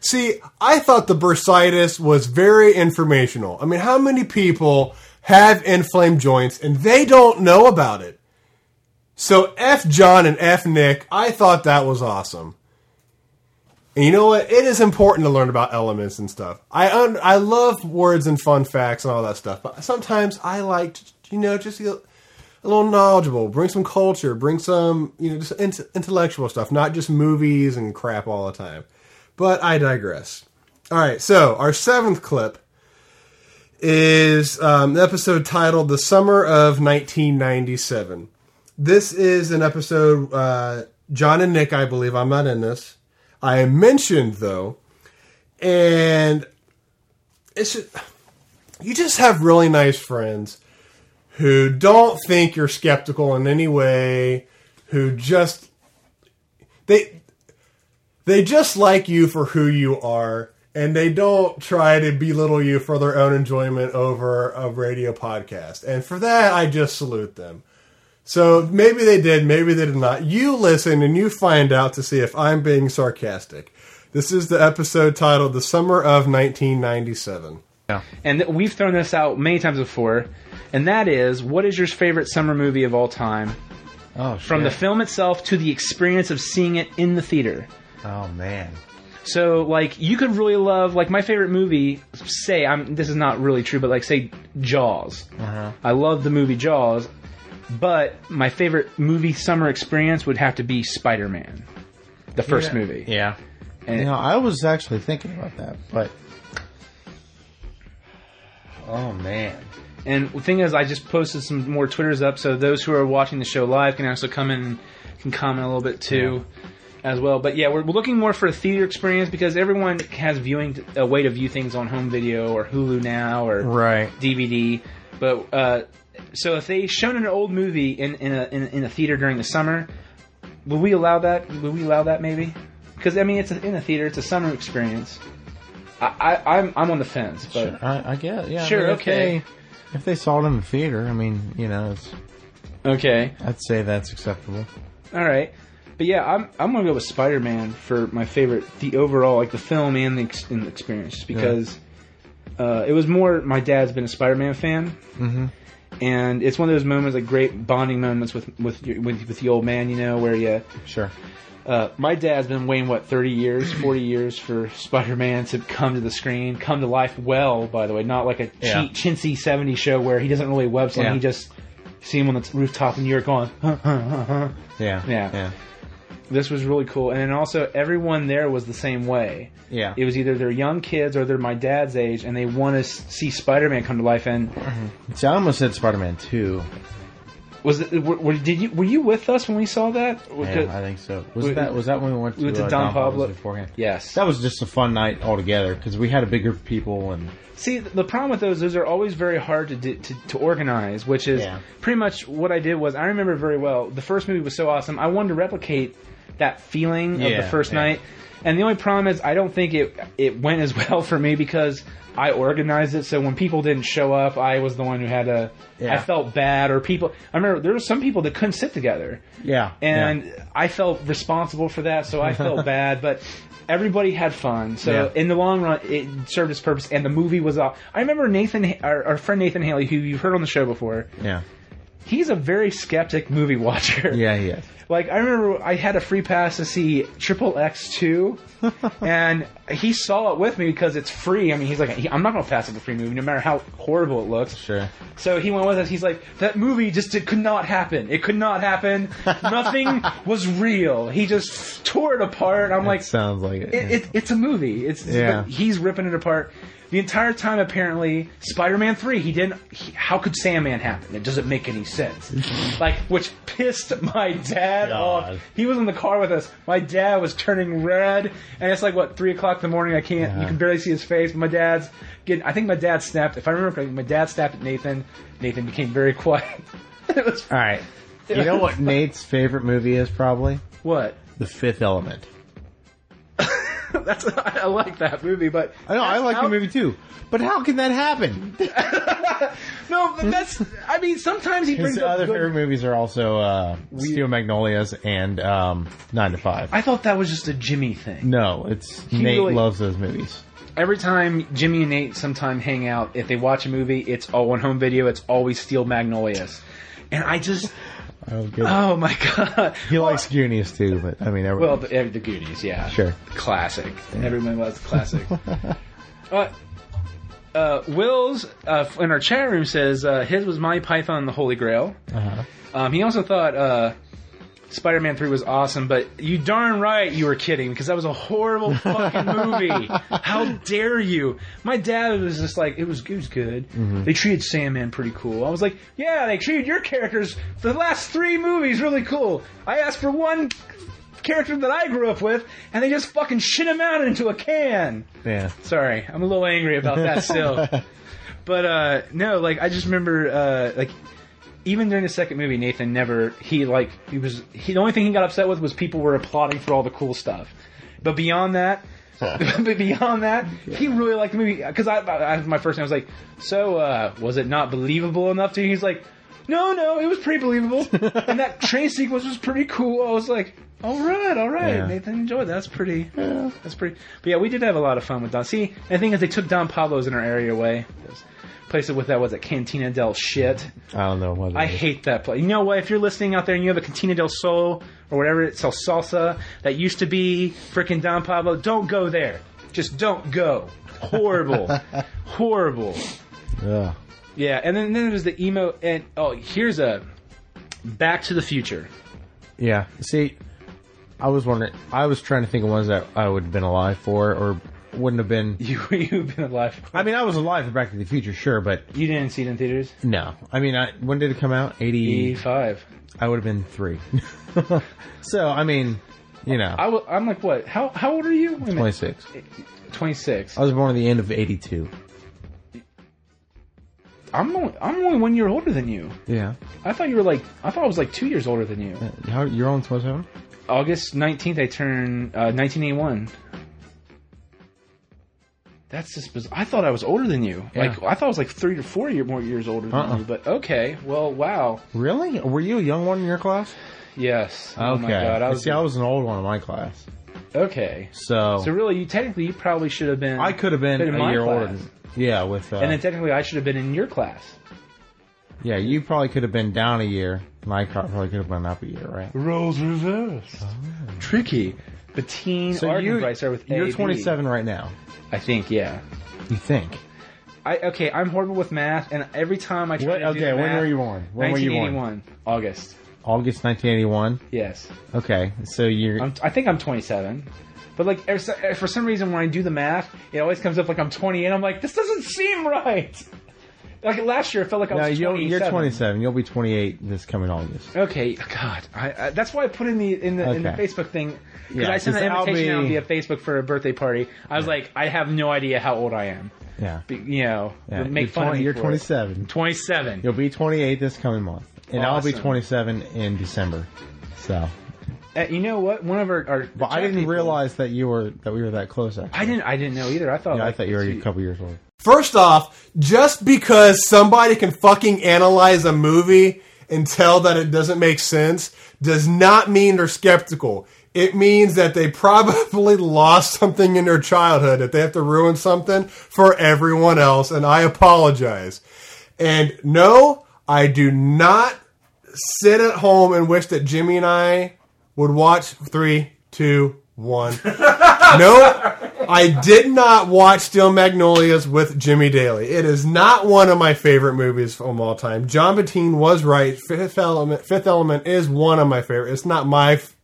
See, I thought the bursitis was very informational. I mean, how many people have inflamed joints and they don't know about it? So F John and F Nick, I thought that was awesome. And you know what? It is important to learn about elements and stuff. I un- I love words and fun facts and all that stuff, but sometimes I like to, you know, just get a little knowledgeable, bring some culture, bring some, you know, just int- intellectual stuff, not just movies and crap all the time. But I digress. All right, so our seventh clip is um, the episode titled "The Summer of 1997." This is an episode uh, John and Nick, I believe. I'm not in this. I am mentioned though, and it's just, you just have really nice friends who don't think you're skeptical in any way, who just they they just like you for who you are and they don't try to belittle you for their own enjoyment over a radio podcast and for that i just salute them
So maybe they did, maybe they did not. You listen and you find out to see if I'm being sarcastic. This is the episode titled The Summer of 1997.
And th- we've thrown this out many times before, and that is, what is your favorite summer movie of all time?
Oh,
From the
shit.
film itself to the experience of seeing it in the theater.
Oh man.
So, like, you could really love, like, my favorite movie. Say, I'm. This is not really true, but like, say, Jaws.
Uh-huh.
I love the movie Jaws, but my favorite movie summer experience would have to be Spider Man, the first
Yeah.
movie.
Yeah.
And
you know, I was actually thinking about that, but
Oh man. And the thing is, I just posted some more Twitters up, so those who are watching the show live can also come in, can comment a little bit too, as well. But yeah, we're we're looking more for a theater experience because everyone has viewing a way to view things on home video or Hulu now or
Right.
DVD. But uh, so if they shown an old movie in in a, in, in a theater during the summer, will we allow that? Will we allow that maybe? Because I mean, it's a, in a theater, it's a summer experience. I, I I'm I'm on the fence, but
I, I get yeah. I
Sure,
mean, if
okay.
they- if they saw it in the theater, I mean, you know, it's
okay.
I'd say that's acceptable.
All right, but yeah, I'm I'm gonna go with Spider Man for my favorite, the overall like the film and the, ex- and the experience just because uh, it was more. My dad's been a Spider Man fan,
Mm-hmm.
and it's one of those moments, like great bonding moments with with your- with, with the old man, you know, where you
sure.
Uh, my dad's been waiting what thirty years, forty years for Spider Man to come to the screen, come to life. Well, by the way, not like a
Yeah.
cheap chintzy '70s show where he doesn't really web sling.
Yeah.
He just see him on the rooftop in New York going, huh, huh, huh, huh.
Yeah.
Yeah. This was really cool. And then also, everyone there was the same way.
Yeah.
It was either they're young kids or they're my dad's age and they want to s- see Spider Man come to life. And
See, I almost said Spider Man Two.
was it, were, were- did you, were you with us when we saw that?
Yeah, I think so. Was that was that when we went to,
We went to
uh,
Don
Pablo's
Pablo?
beforehand?
Yes,
that was just a fun night altogether because we had a bigger people and
See, the problem with those, those are always very hard to di- to, to organize. Which is
Yeah.
pretty much what I did was I remember very well. The first movie was so awesome. I wanted to replicate that feeling of
Yeah,
the first
yeah.
night. And the only problem is I don't think it it went as well for me because I organized it. So when people didn't show up, I was the one who had to. I
Yeah.
felt bad, or people. I remember there were some people that couldn't sit together
yeah,
and I felt responsible for that, so I felt bad. But everybody had fun, so
Yeah.
in the long run, it served its purpose. And the movie was off. I remember Nathan, our, our friend Nathan Haley, who you've heard on the show before.
yeah,
He's a very skeptic movie watcher.
yeah, yeah.
Like I remember, I had a free pass to see Triple X Two, and he saw it with me because it's free. I mean, he's like, I'm not gonna pass up a free movie, no matter how horrible it looks.
Sure.
So he went with us. He's like, that movie just it could not happen. It could not happen. Nothing was real. He just tore it apart. I'm like,
Sounds like
it,
it.
it, it's a movie. It's
Yeah.
but he's ripping it apart. The entire time, apparently, Spider-Man three. He didn't. He, how could Sandman happen? It doesn't make any sense. like, which pissed my dad off. He was in the car with us. My dad was turning red, and it's like what three o'clock in the morning. I can't. You can barely see his face. My dad's getting. I think my dad snapped. If I remember correctly, my dad snapped at Nathan. Nathan became very quiet. it was
All right. You know what Nate's favorite movie is probably
what?
The Fifth Element.
That's I like that movie, but
I know I like the movie too, but how can that happen?
no, but that's. I mean, sometimes he brings
His
up
other
good-
favorite movies are also uh, Steel Magnolias and um, Nine to Five.
I thought that was just a Jimmy thing.
No, it's
He
Nate
really-
loves those movies.
Every time Jimmy and Nate sometime hang out, if they watch a movie, it's all on home video. It's always Steel Magnolias, and I just
Oh, good.
oh my god.
he likes Goonies too, but I mean, everyone.
Well, the, eh, the Goonies, yeah,
sure.
classic. Everyone loves the classic. uh, uh, Will's uh, in our chat room says uh, his was Monty Python and the Holy Grail.
Uh-huh.
Um, he also thought uh, Spider-Man Three was awesome, but you darn right you were kidding because that was a horrible fucking movie. How dare you? My dad was just like, it was it was good.
Mhm.
They treated Sandman pretty cool. I was like, yeah, they treated your characters for the last three movies really cool. I asked for one character that I grew up with, and they just fucking shit him out into a can.
Yeah.
Sorry, I'm a little angry about that still. but uh, no, like I just remember uh, like even during the second movie, Nathan never he like he was he the only thing he got upset with was people were applauding for all the cool stuff. But beyond that, but beyond that, he really liked the movie because I, I my first time I was like, so uh, was it not believable enough to you? He's like. no, no, it was pretty believable. and that train sequence was pretty cool. I was like, all right, all right,
Yeah.
Nathan enjoyed. That's pretty. yeah, that's pretty. But yeah, we did have a lot of fun with Don. See, and the thing is, they took Don Pablo's in our area away. Those places with that was it Cantina del Shit.
I don't know what.
I hate that place. You know what? If you're listening out there and you have a Cantina del Sol or whatever it sells salsa that used to be freaking Don Pablo, don't go there. Just don't go. Horrible, horrible.
Yeah.
Yeah, and then, then there was the emo. And oh, here's a Back to the Future.
Yeah. See, I was wondering. I was trying to think of ones that I would have been alive for, or wouldn't have been.
You you've been alive.
I mean, I was alive for Back to the Future, sure, but
you didn't see it in theaters.
No, I mean, I, when did it come out? Eighty
five.
I would have been three. so I mean, you know,
I w- I'm like, what? How how old are you? Wait a minute.
twenty six.
26.
I was born at the end of eighty two.
I'm only, I'm only one year older than you.
Yeah.
I thought you were like I thought I was like two years older than you.
Uh, How you're on twenty seven?
August 19th, I turn uh, 1981. That's just bizarre. I thought I was older than you.
Yeah.
Like I thought I was like three to four year, more years older than
Uh-uh.
you. But okay, well, wow.
Really? Were you a young one in your class?
Yes.
Okay.
Oh my god. I was
See, I was an old one in my class.
okay.
So,
So really, you technically you probably should have been.
I could have been,
in
a
my
year
class.
older. than- Yeah, with uh,
and then technically, I should have been in your class.
yeah, you probably could have been down a year, and I co- probably could have been up a year, right?
Roles reversed. Tricky. Between
Oh. So
art
you-
and vice are with
you're
AB.
27 right now.
I think, yeah.
You think?
I okay. I'm horrible with math, and every time I try to do
okay,
the
when
math-
were you born? When were you born?
1981, August.
August 1981.
Yes.
Okay, so you're
I'm, I think I'm 27. But like er- so- er, for some reason, when I do the math, it always comes up like I'm 20, and I'm like, this doesn't seem right. Like last year, it felt like I
no,
was
you'll,
27.
you're 27. You'll be 28 this coming August.
Okay, God, I, I, that's why I put in the in the, in the
Okay.
Facebook thing because
Yeah,
I sent an
'cause I'll
invitation out
be-
via Facebook for a birthday party. I was like, I have no idea how old I am.
Yeah.
Be, you know,
Yeah,
make
you're
fun
20
of me.
You're
for it.
27.
27.
You'll be 28 this coming month, and I'll be
Awesome.
27 in December. So,
Uh, you know what? One of our, our
but I didn't realize that you were that we were that close. Actually,
I didn't. I didn't know either. I thought.
yeah, I
like,
thought you were a couple years old.
First off, just because somebody can fucking analyze a movie and tell that it doesn't make sense does not mean they're skeptical. It means that they probably lost something in their childhood, that they have to ruin something for everyone else, and I apologize. And no, I do not sit at home and wish that Jimmy and I would watch three, two, one. no, I did not watch Steel Magnolias with Jimmy Daly. It is not one of my favorite movies from all time. John Bettine was right. Fifth Element, Fifth Element is one of my favorite. It's not my f-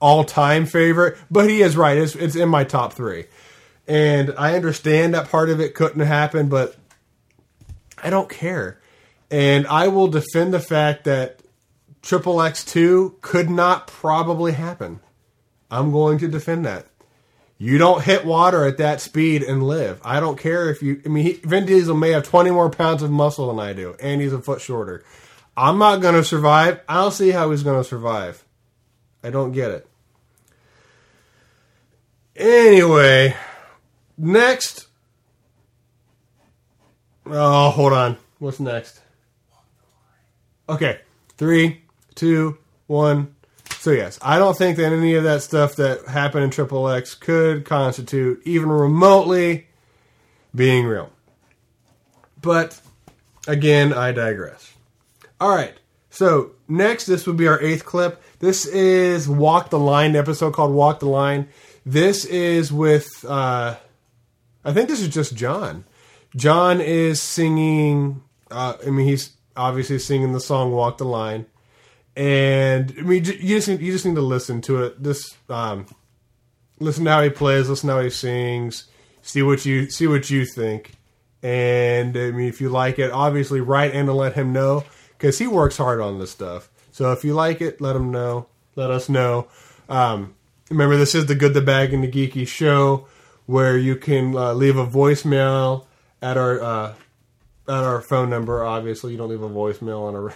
all-time favorite, but he is right. It's it's in my top three, and I understand that part of it couldn't happen, but I don't care, and I will defend the fact that Triple X two could not probably happen. I'm going to defend that. You don't hit water at that speed and live. I don't care if you. I mean, he, Vin Diesel may have 20 more pounds of muscle than I do, and he's a foot shorter. I'm not going to survive. I don't see how he's going to survive. I don't get it. Anyway, next. Oh, hold on. What's next? Okay, three, two, one. So yes, I don't think that any of that stuff that happened in Triple X could constitute even remotely being real. But again, I digress. All right. So next, this would be our eighth clip. This is Walk the Line episode called Walk the Line. This is with, uh, I think this is just John. John is singing. Uh, I mean, he's obviously singing the song "Walk the Line," and I mean, ju- you just need, you just need to listen to it. This um, listen to how he plays, listen to how he sings, see what you see what you think, and I mean, if you like it, obviously write in and let him know because he works hard on this stuff. So if you like it, let him know. Let us know. Um, remember, this is the Good, the Bag, and the Geeky show where you can uh, leave a voicemail at our uh, at our phone number. Obviously, you don't leave a voicemail on a.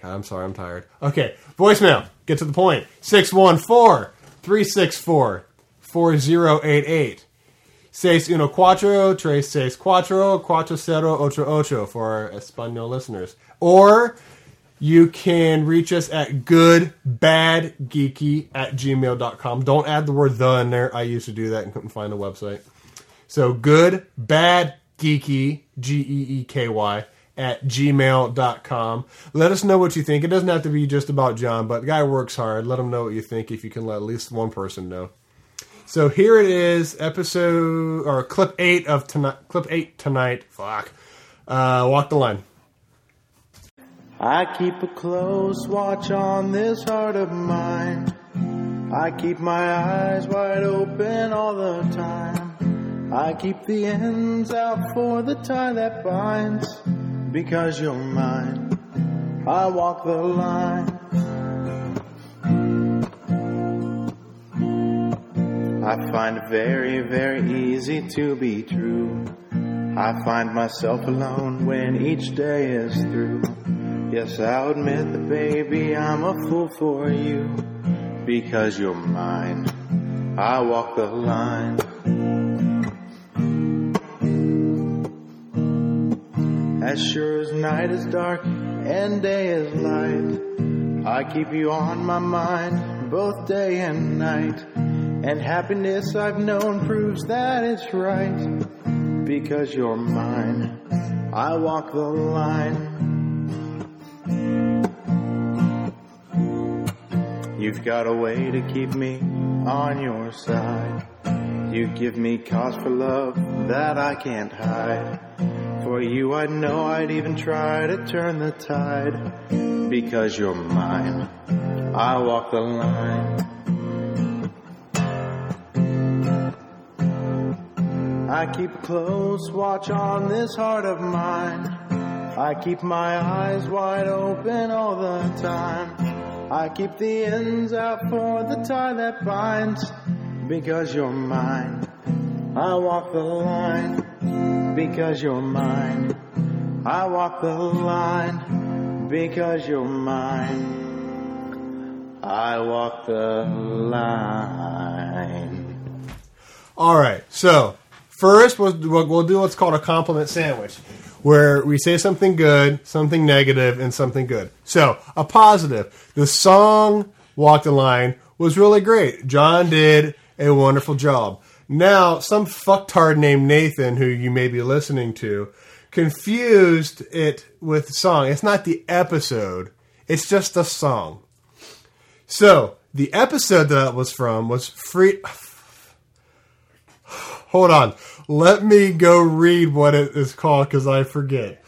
God, I'm sorry, I'm tired. Okay, voicemail. Get to the point. 614 364 4088. Seis uno cuatro, tres seis cuatro, cuatro cero ocho ocho for our Espanol listeners. Or you can reach us at goodbadgeeky at gmail.com. Don't add the word the in there. I used to do that and couldn't find a website. So good, bad, geeky, G E E K Y, at gmail.com. Let us know what you think. It doesn't have to be just about John, but the guy works hard. Let him know what you think if you can let at least one person know. So here it is, episode or clip eight of tonight. Clip eight tonight. Fuck. Uh, walk the line.
I keep a close watch on this heart of mine. I keep my eyes wide open all the time. I keep the ends out for the tie that binds. Because you're mine, I walk the line. I find it very, very easy to be true. I find myself alone when each day is through. Yes, I'll admit that, baby, I'm a fool for you. Because you're mine, I walk the line. As sure as night is dark and day is light, I keep you on my mind both day and night. And happiness I've known proves that it's right. Because you're mine, I walk the line. You've got a way to keep me on your side. You give me cause for love that I can't hide. For you, I know I'd even try to turn the tide. Because you're mine, I walk the line. I keep close watch on this heart of mine. I keep my eyes wide open all the time. I keep the ends out for the tie that binds. Because you're mine, I walk the line. Because you're mine, I walk the line. Because you're mine, I walk the line.
All right. So first, we'll, we'll we'll do what's called a compliment sandwich, where we say something good, something negative, and something good. So a positive. The song "Walk the Line" was really great. John did a wonderful job. Now, some fucktard named Nathan, who you may be listening to, confused it with the song. It's not the episode. It's just the song. So the episode that was from was free. Hold on, let me go read what it is called because I forget.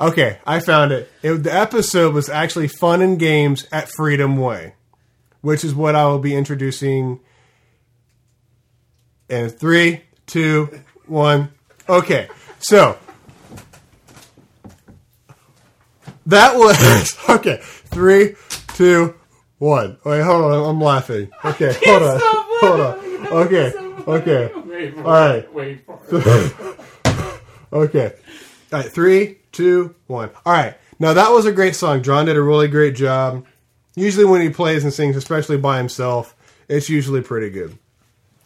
Okay, I found it. it. The episode was actually "Fun and Games at Freedom Way," which is what I will be introducing. And three, two, one. Okay, so That was okay. Three, two, one. Wait, hold on. I'm laughing. Okay, hold on. Hold on. Okay, okay.
Wait for
All right.
it, wait for
okay. All right. Three, two, one. All right. Now that was a great song. John did a really great job. Usually when he plays and sings, especially by himself, it's usually pretty good.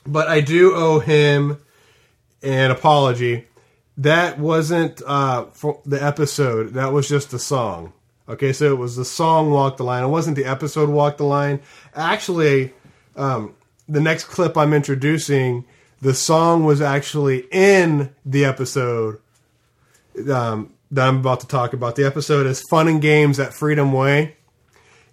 But I do owe him an apology. That wasn't uh, for the episode. That was just the song. Okay, so it was the song "Walk the Line." It wasn't the episode "Walk the Line." Actually, um, the next clip I'm introducing, the song was actually in the episode um, that I'm about to talk about. The episode is "Fun and Games at Freedom Way,"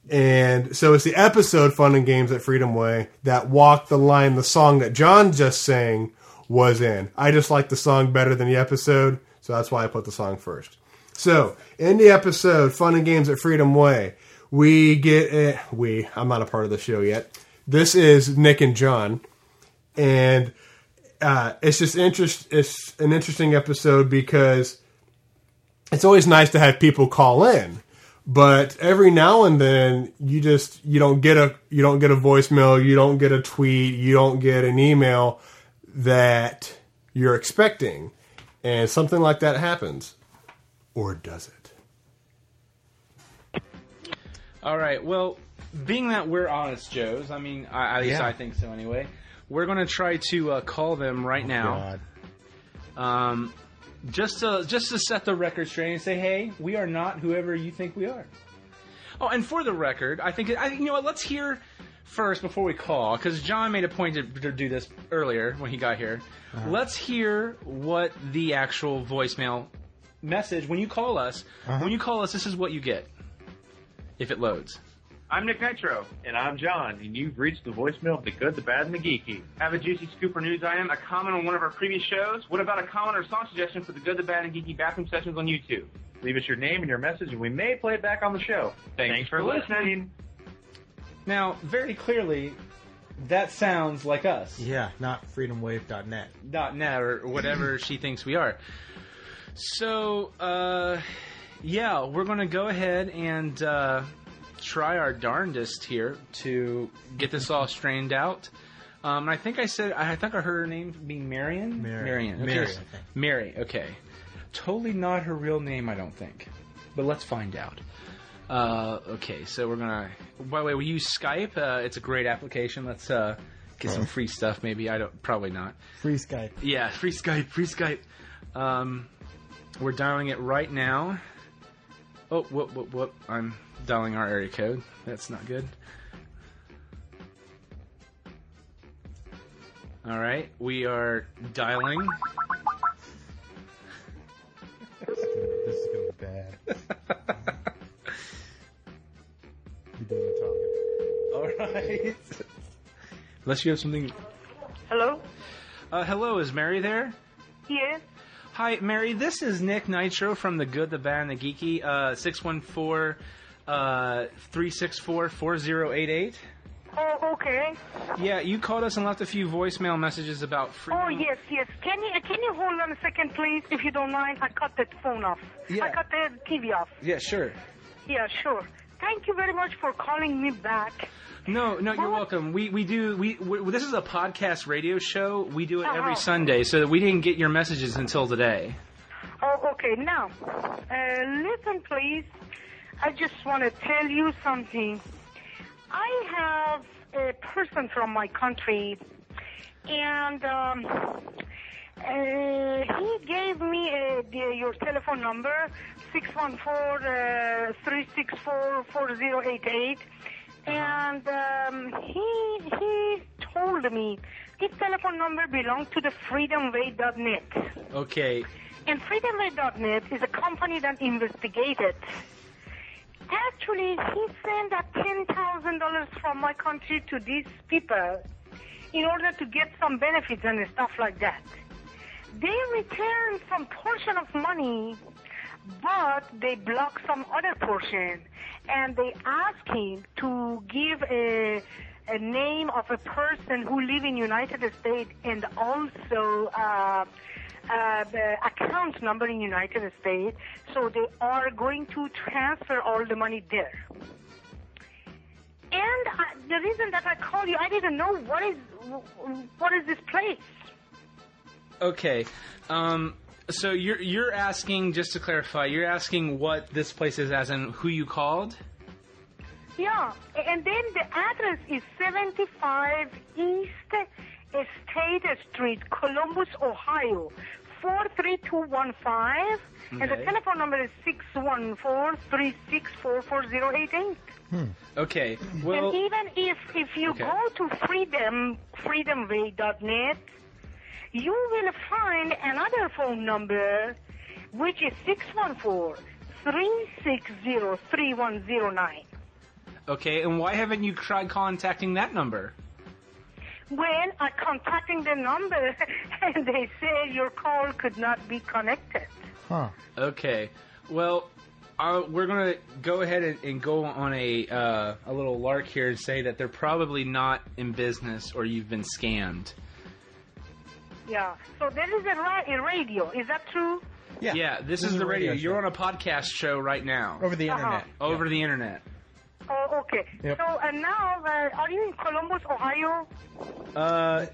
and so it's the episode "Fun and Games at Freedom Way" that "Walk the Line," the song that John just sang was in. I just like the song better than the episode, so that's why I put the song first. So, in the episode Fun and Games at Freedom Way, we get a, we I'm not a part of the show yet. This is Nick and John and uh, it's just interest it's an interesting episode because it's always nice to have people call in but every now and then you just you don't get a you don't get a voicemail you don't get a tweet you don't get an email that you're expecting and something like that happens or does it
All right. Well,
being that we're honest Joes, I mean, I, at least
Yeah.
I think so anyway. We're gonna try to uh, call them right now, um, just to just to set the record straight and say, hey, we are not whoever you think we are. Oh, and for the record, I think I, you know what. Let's hear first before we call, because John made a point to, to do this earlier when he got here. Let's hear what the actual voicemail message when you call us. When you call us, this is what you get if it loads.
I'm Nick Nitro. And I'm John, and you've reached the voicemail of the good, the bad, and the geeky.
Have a juicy scoop or news item, a comment on one of our previous shows? What about a comment or song suggestion for the Good, the Bad, and Geeky bathroom sessions on YouTube?
Leave us your name and your message, and we may play it back on the show. Thanks, for, listening.
Now, very clearly, that sounds like us.
Yeah, not freedomwave.net.
Dot net or whatever she thinks we are. So, uh, yeah, we're going to go ahead and uh, try our darndest here to get this all strained out. Um, and I think I said, I think I heard her name being Marion. Marion. okay.
Mary, I think.
Mary, okay. Totally not her real name, I don't think. But let's find out. Uh, okay, so we're gonna. By the way, we use Skype. Uh, it's a great application. Let's uh, get some free stuff. Maybe I don't. Probably not.
Free Skype.
Yeah, free Skype. Free Skype. Um, we're dialing it right now. Oh, whoop, whoop, whoop! I'm dialing our area code. That's not good. All right, we are dialing.
This is going to be bad. you doing talking.
All right. Unless you have something.
Hello?
Uh, hello, is Mary there?
Yes?
Hi, Mary. This is Nick Nitro from the Good, the Bad, and the Geeky. Uh, 614 uh, 364 4088.
Oh, okay.
Yeah, you called us and left a few voicemail messages about free.
Oh, yes, yes. Can you can you hold on a second, please, if you don't mind? I cut that phone off.
Yeah.
I cut the TV off.
Yeah, sure.
Yeah, sure. Thank you very much for calling me back.
No, no, you're welcome. We we do we, we this is a podcast radio show. We do it
Uh-huh.
every Sunday, so that we didn't get your messages until today.
Oh, okay. Now, uh, listen, please. I just want to tell you something. I have a person from my country, and um, uh, he gave me uh, the, your telephone number, uh, 614-364-4088. And um, he, he told me this telephone number belonged to the freedomway.net.
Okay.
And FreedomWay.net is a company that investigated. Actually, he sent that $10,000 from my country to these people in order to get some benefits and stuff like that. They returned some portion of money, but they blocked some other portion. And they asked him to give a, a name of a person who live in United States and also uh, uh, the account number in United States. So they are going to transfer all the money there. And I, the reason that I called you, I didn't know what is what is this place.
Okay. Um, so you're you're asking just to clarify, you're asking what this place is, as in who you called.
Yeah, and then the address is 75 East State Street, Columbus, Ohio, 43215, and the
Okay.
telephone number is 614-364-4088.
Hmm. Okay. Well.
and even if, if you
Okay.
go to freedom, freedomway.net, you will find another phone number, which is 614-360-3109.
Okay, and why haven't you tried contacting that number?
Well, I contacting the number, and they say your call could not be connected.
Huh. Okay. Well, uh, we're gonna go ahead and, and go on a uh, a little lark here and say that they're probably not in business or you've been scammed.
Yeah. So there is a, ra- a radio. Is that true?
Yeah. Yeah. This, is, the radio. You're on a podcast show right now. Over
the Uh-huh. internet.
Over the internet.
Oh, okay.
Yep.
So uh, now, uh, are you in Columbus, Ohio?
Uh,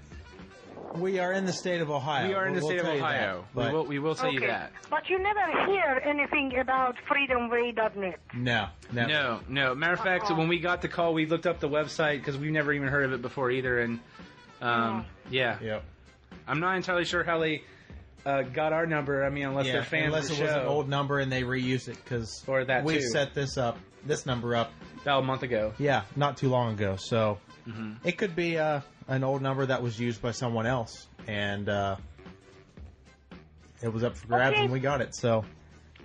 We are in the state of Ohio.
We are in the
We'll-
state of
we'll tell you
Ohio.
that,
We
but-
will- we will tell you
okay.
that.
But you never hear anything about freedomway.net.
No,
no, no, Matter of fact,
Uh-uh.
when we got the call, we looked up the website because we've never even heard of it before either. And um, yeah,
yep.
I'm not entirely sure how they uh, got our number. I mean, unless
Yeah,
they're fans
unless
of
it
the
was
show.
an old number and they reused it because
or that
we've
too.
set this up, this number up
about Oh, a month ago.
Yeah, not too long ago. So
Mhm.
it could be uh, an old number that was used by someone else, and uh, it was up for grabs
Okay.
and we got it. So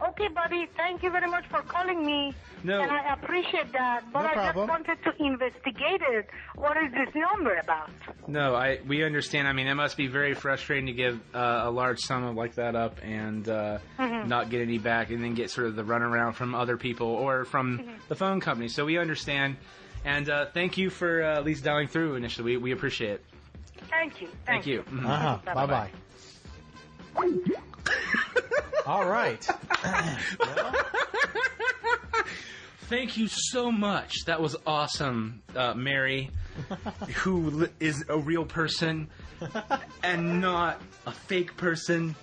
Okay, buddy, thank you very much for calling me.
No.
And I appreciate that. But
No
I
problem.
just wanted to investigate it. What is this number about?
No, I we understand. I mean, it must be very frustrating to give uh, a large sum of like that up and uh,
Mhm.
not get any back, and then get sort of the runaround from other people or from the phone company. So we understand, and uh, thank you for uh, at least dialing through initially. We, we appreciate it.
Thank you. Thank,
Thank you. Mhm. Uh-huh.
bye bye. All right.
Thank you so much. That was awesome, uh, Mary, who li- is a real person and not a fake person.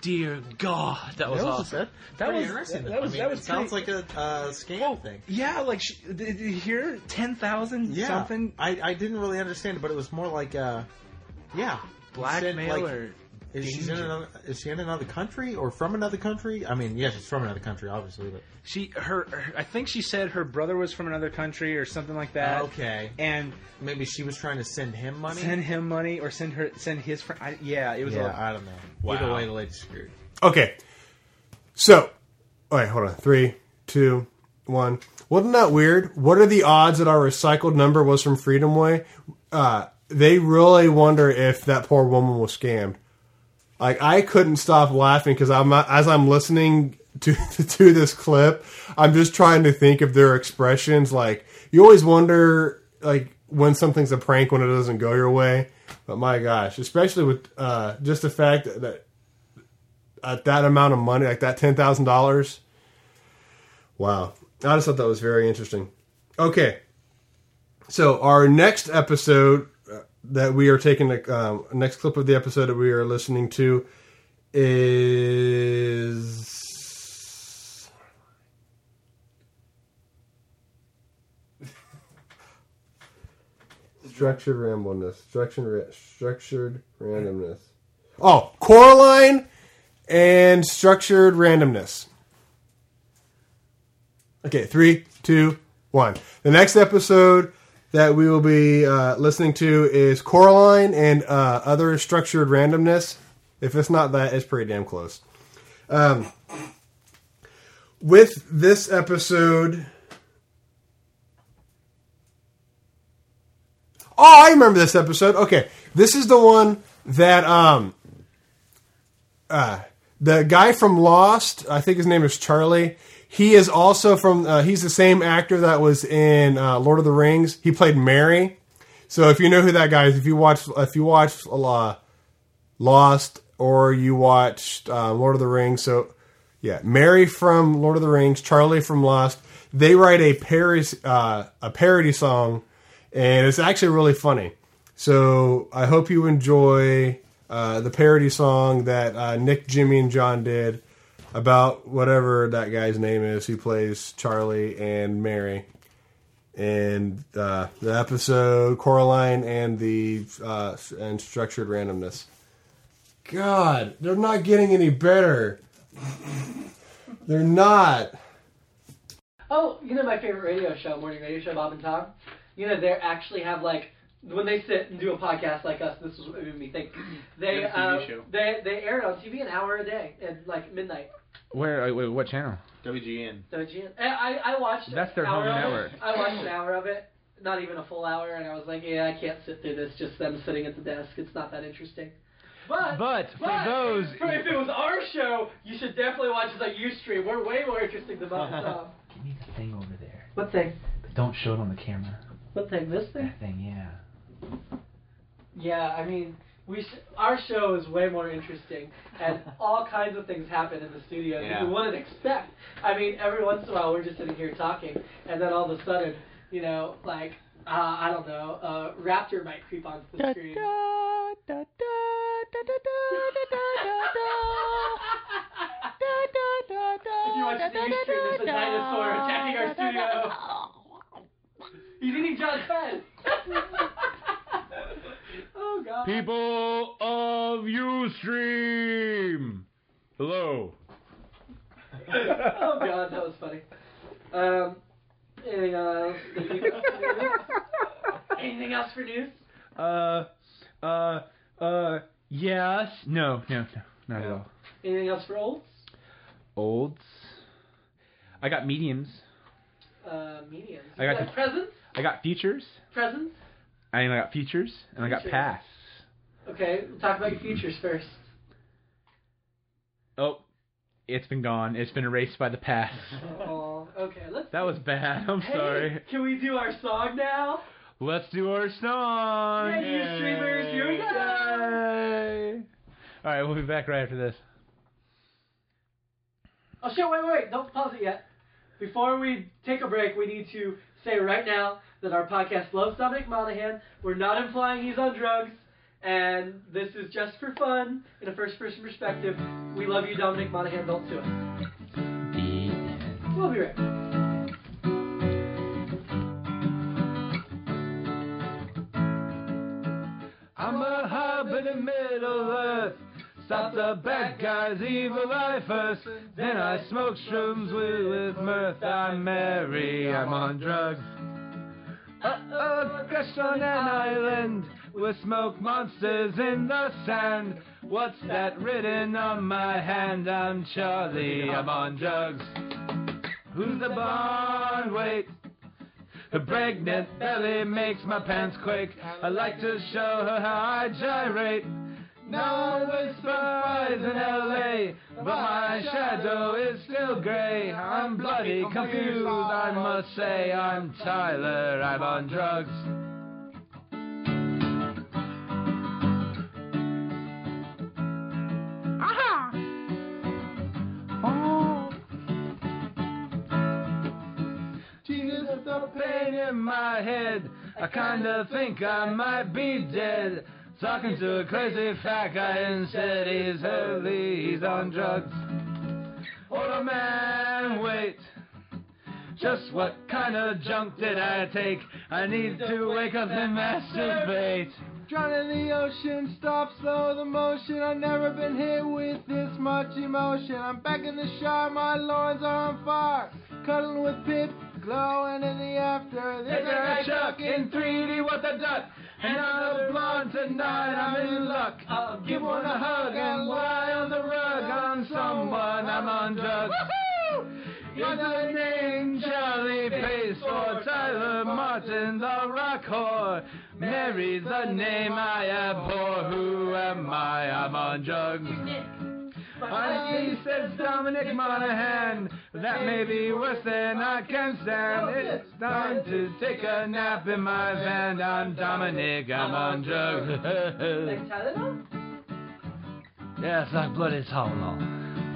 Dear God, that was,
That was-
awesome.
that- pretty interesting. I mean, it sounds like a uh, scam thing.
Yeah, Ah, like sh- did you hear ten thousand
Yeah,
something?
I I didn't really understand, it, but it was more like uh, yeah,
Blackmail
Said,
or
Is she, in
danger.
another, is she in another country or from another country? I mean, yeah, she's from another country, obviously, but
She her, her- I think she said her brother was from another country or something like that.
Okay.
And
maybe she was trying to send him money.
Send him money or send her send his friend. I, yeah, it was.
yeah,
a,
I don't know.
Wow.
Either way, the lady's screwed.
Okay. So, all right, hold on. Three, two, one. Wasn't that weird? What are the odds that our recycled number was from Freedom Way? Uh, they really wonder if that poor woman was scammed. Like I couldn't stop laughing because I'm as I'm listening to to this clip, I'm just trying to think of their expressions. Like you always wonder, like when something's a prank when it doesn't go your way. But my gosh, especially with uh, just the fact that at that amount of money, like that ten thousand dollars. Wow, I just thought that was very interesting. Okay, so our next episode uh, that we are taking the um, next clip of the episode that we are listening to is structured rambleness, structured ra- structured randomness. Oh, Coraline and structured randomness. Okay, three, two, one. The next episode that we will be uh, listening to is Coraline and uh, other structured randomness. If it's not that, it's pretty damn close. Um, with this episode. Oh, I remember this episode. Okay, this is the one that um, uh, the guy from Lost, I think his name is Charlie. He is also from. Uh, he's the same actor that was in uh, Lord of the Rings. He played Mary. So if you know who that guy is, if you watch, if you watch uh, Lost or you watched uh, Lord of the Rings, so yeah, Mary from Lord of the Rings, Charlie from Lost. They write a Paris uh, a parody song, and it's actually really funny. So I hope you enjoy uh, the parody song that uh, Nick, Jimmy, and John did about whatever that guy's name is who plays Charlie and Mary. And uh, the episode Coraline and the uh, and structured randomness. God, they're not getting any better. They're not.
Oh, you know my favorite radio show, morning radio show, Bob and Tom. You know they actually have like when they sit and do a podcast like us. This is what made me think. They
Yeah, the TV
uh,
show.
they they air it on TV an hour a day at like midnight.
Where? uh, Wait, what channel?
WGN.
So GN and I I watched
That's their
an hour
home
of
network.
It. I watched an hour of it, not even a full hour, and I was like, yeah, I can't sit through this. Just them sitting at the desk. It's not that interesting. But,
but
for those, for if it was our show, you should definitely watch it on UStream. We're way more interesting than Bob and Tom.
Thing over there.
What thing?
Don't show it on the camera.
What thing? This thing?
Thing, yeah.
Yeah, I mean, we sh- our show is way more interesting, and all kinds of things happen in the studio
Yeah.
that you wouldn't expect. I mean, every once in a while we're just sitting here talking, and then all of a sudden, you know, like uh, I don't know, uh, Raptor might creep onto the screen.
da da da da da da da da da da.
You watch Sing Street, there's a dinosaur attacking our studio. He's eating John's head. oh god.
People
oh.
of Ustream! Hello.
oh god, that was funny. Um, anything else? that you- anything else for news?
Uh, uh, uh, yes. No, no, no, not at all.
Anything else for old?
Olds. I got mediums.
Uh, mediums.
I got
You
the-
presents.
I got futures.
Presents.
I mean, I got futures, and I got
Futures.
pass.
Okay, we'll talk about your futures first.
Oh, it's been gone. It's been erased by the pass.
Oh, okay. Let's.
That was bad. I'm
Hey,
sorry.
Can we do our song now?
Let's do our song.
Hey, you streamers, here we go.
All right, we'll be back right after this.
Oh shit! Wait, wait, wait! Don't pause it yet. Before we take a break, we need to say right now that our podcast loves Dominic Monaghan. We're not implying he's on drugs, and this is just for fun in a first-person perspective. We love you, Dominic Monaghan. Don't sue us. We'll be right. back.
I'm a hub in the Middle Earth. Stop the bad guys, evil eye first. Then I smoke shrooms with, with mirth. I'm merry, I'm on drugs. Uh-oh, crashed on an island with smoke monsters in the sand. What's that written on my hand? I'm Charlie, I'm on drugs. Who's the bond? Wait. Her pregnant belly makes my pants quake. I like to show her how I gyrate. No whispers in LA, but my shadow is still gray. I'm bloody confused, I must say. I'm Tyler, I'm on drugs.
Aha!
Jesus, the pain in my head. I kinda think I might be dead. Talking to a crazy fat guy and said he's heavy, he's on drugs. Older man, wait. Just what kind of junk did I take? I need to wake up and masturbate.
Drown in the ocean, stop, slow the motion. I've never been hit with this much emotion. I'm back in the shower, my loins are on fire. Cuddling with Pip, glowing in the after.
There's a guy Chuck in 3D, what the duck? And I'm a blonde tonight, I'm in luck. I'll give one a hug and lie on the rug on someone, I'm on drugs. Your name, Charlie Pace or Tyler Martin, the rock whore. Mary's the name I abhor. Who am I? I'm on drugs. Honestly, says Dominic Monaghan, that may be worse than I can stand. It's time to take a nap in my van. I'm Dominic, I'm on drugs.
Like Tylenol?
yeah, it's like bloody Tylenol.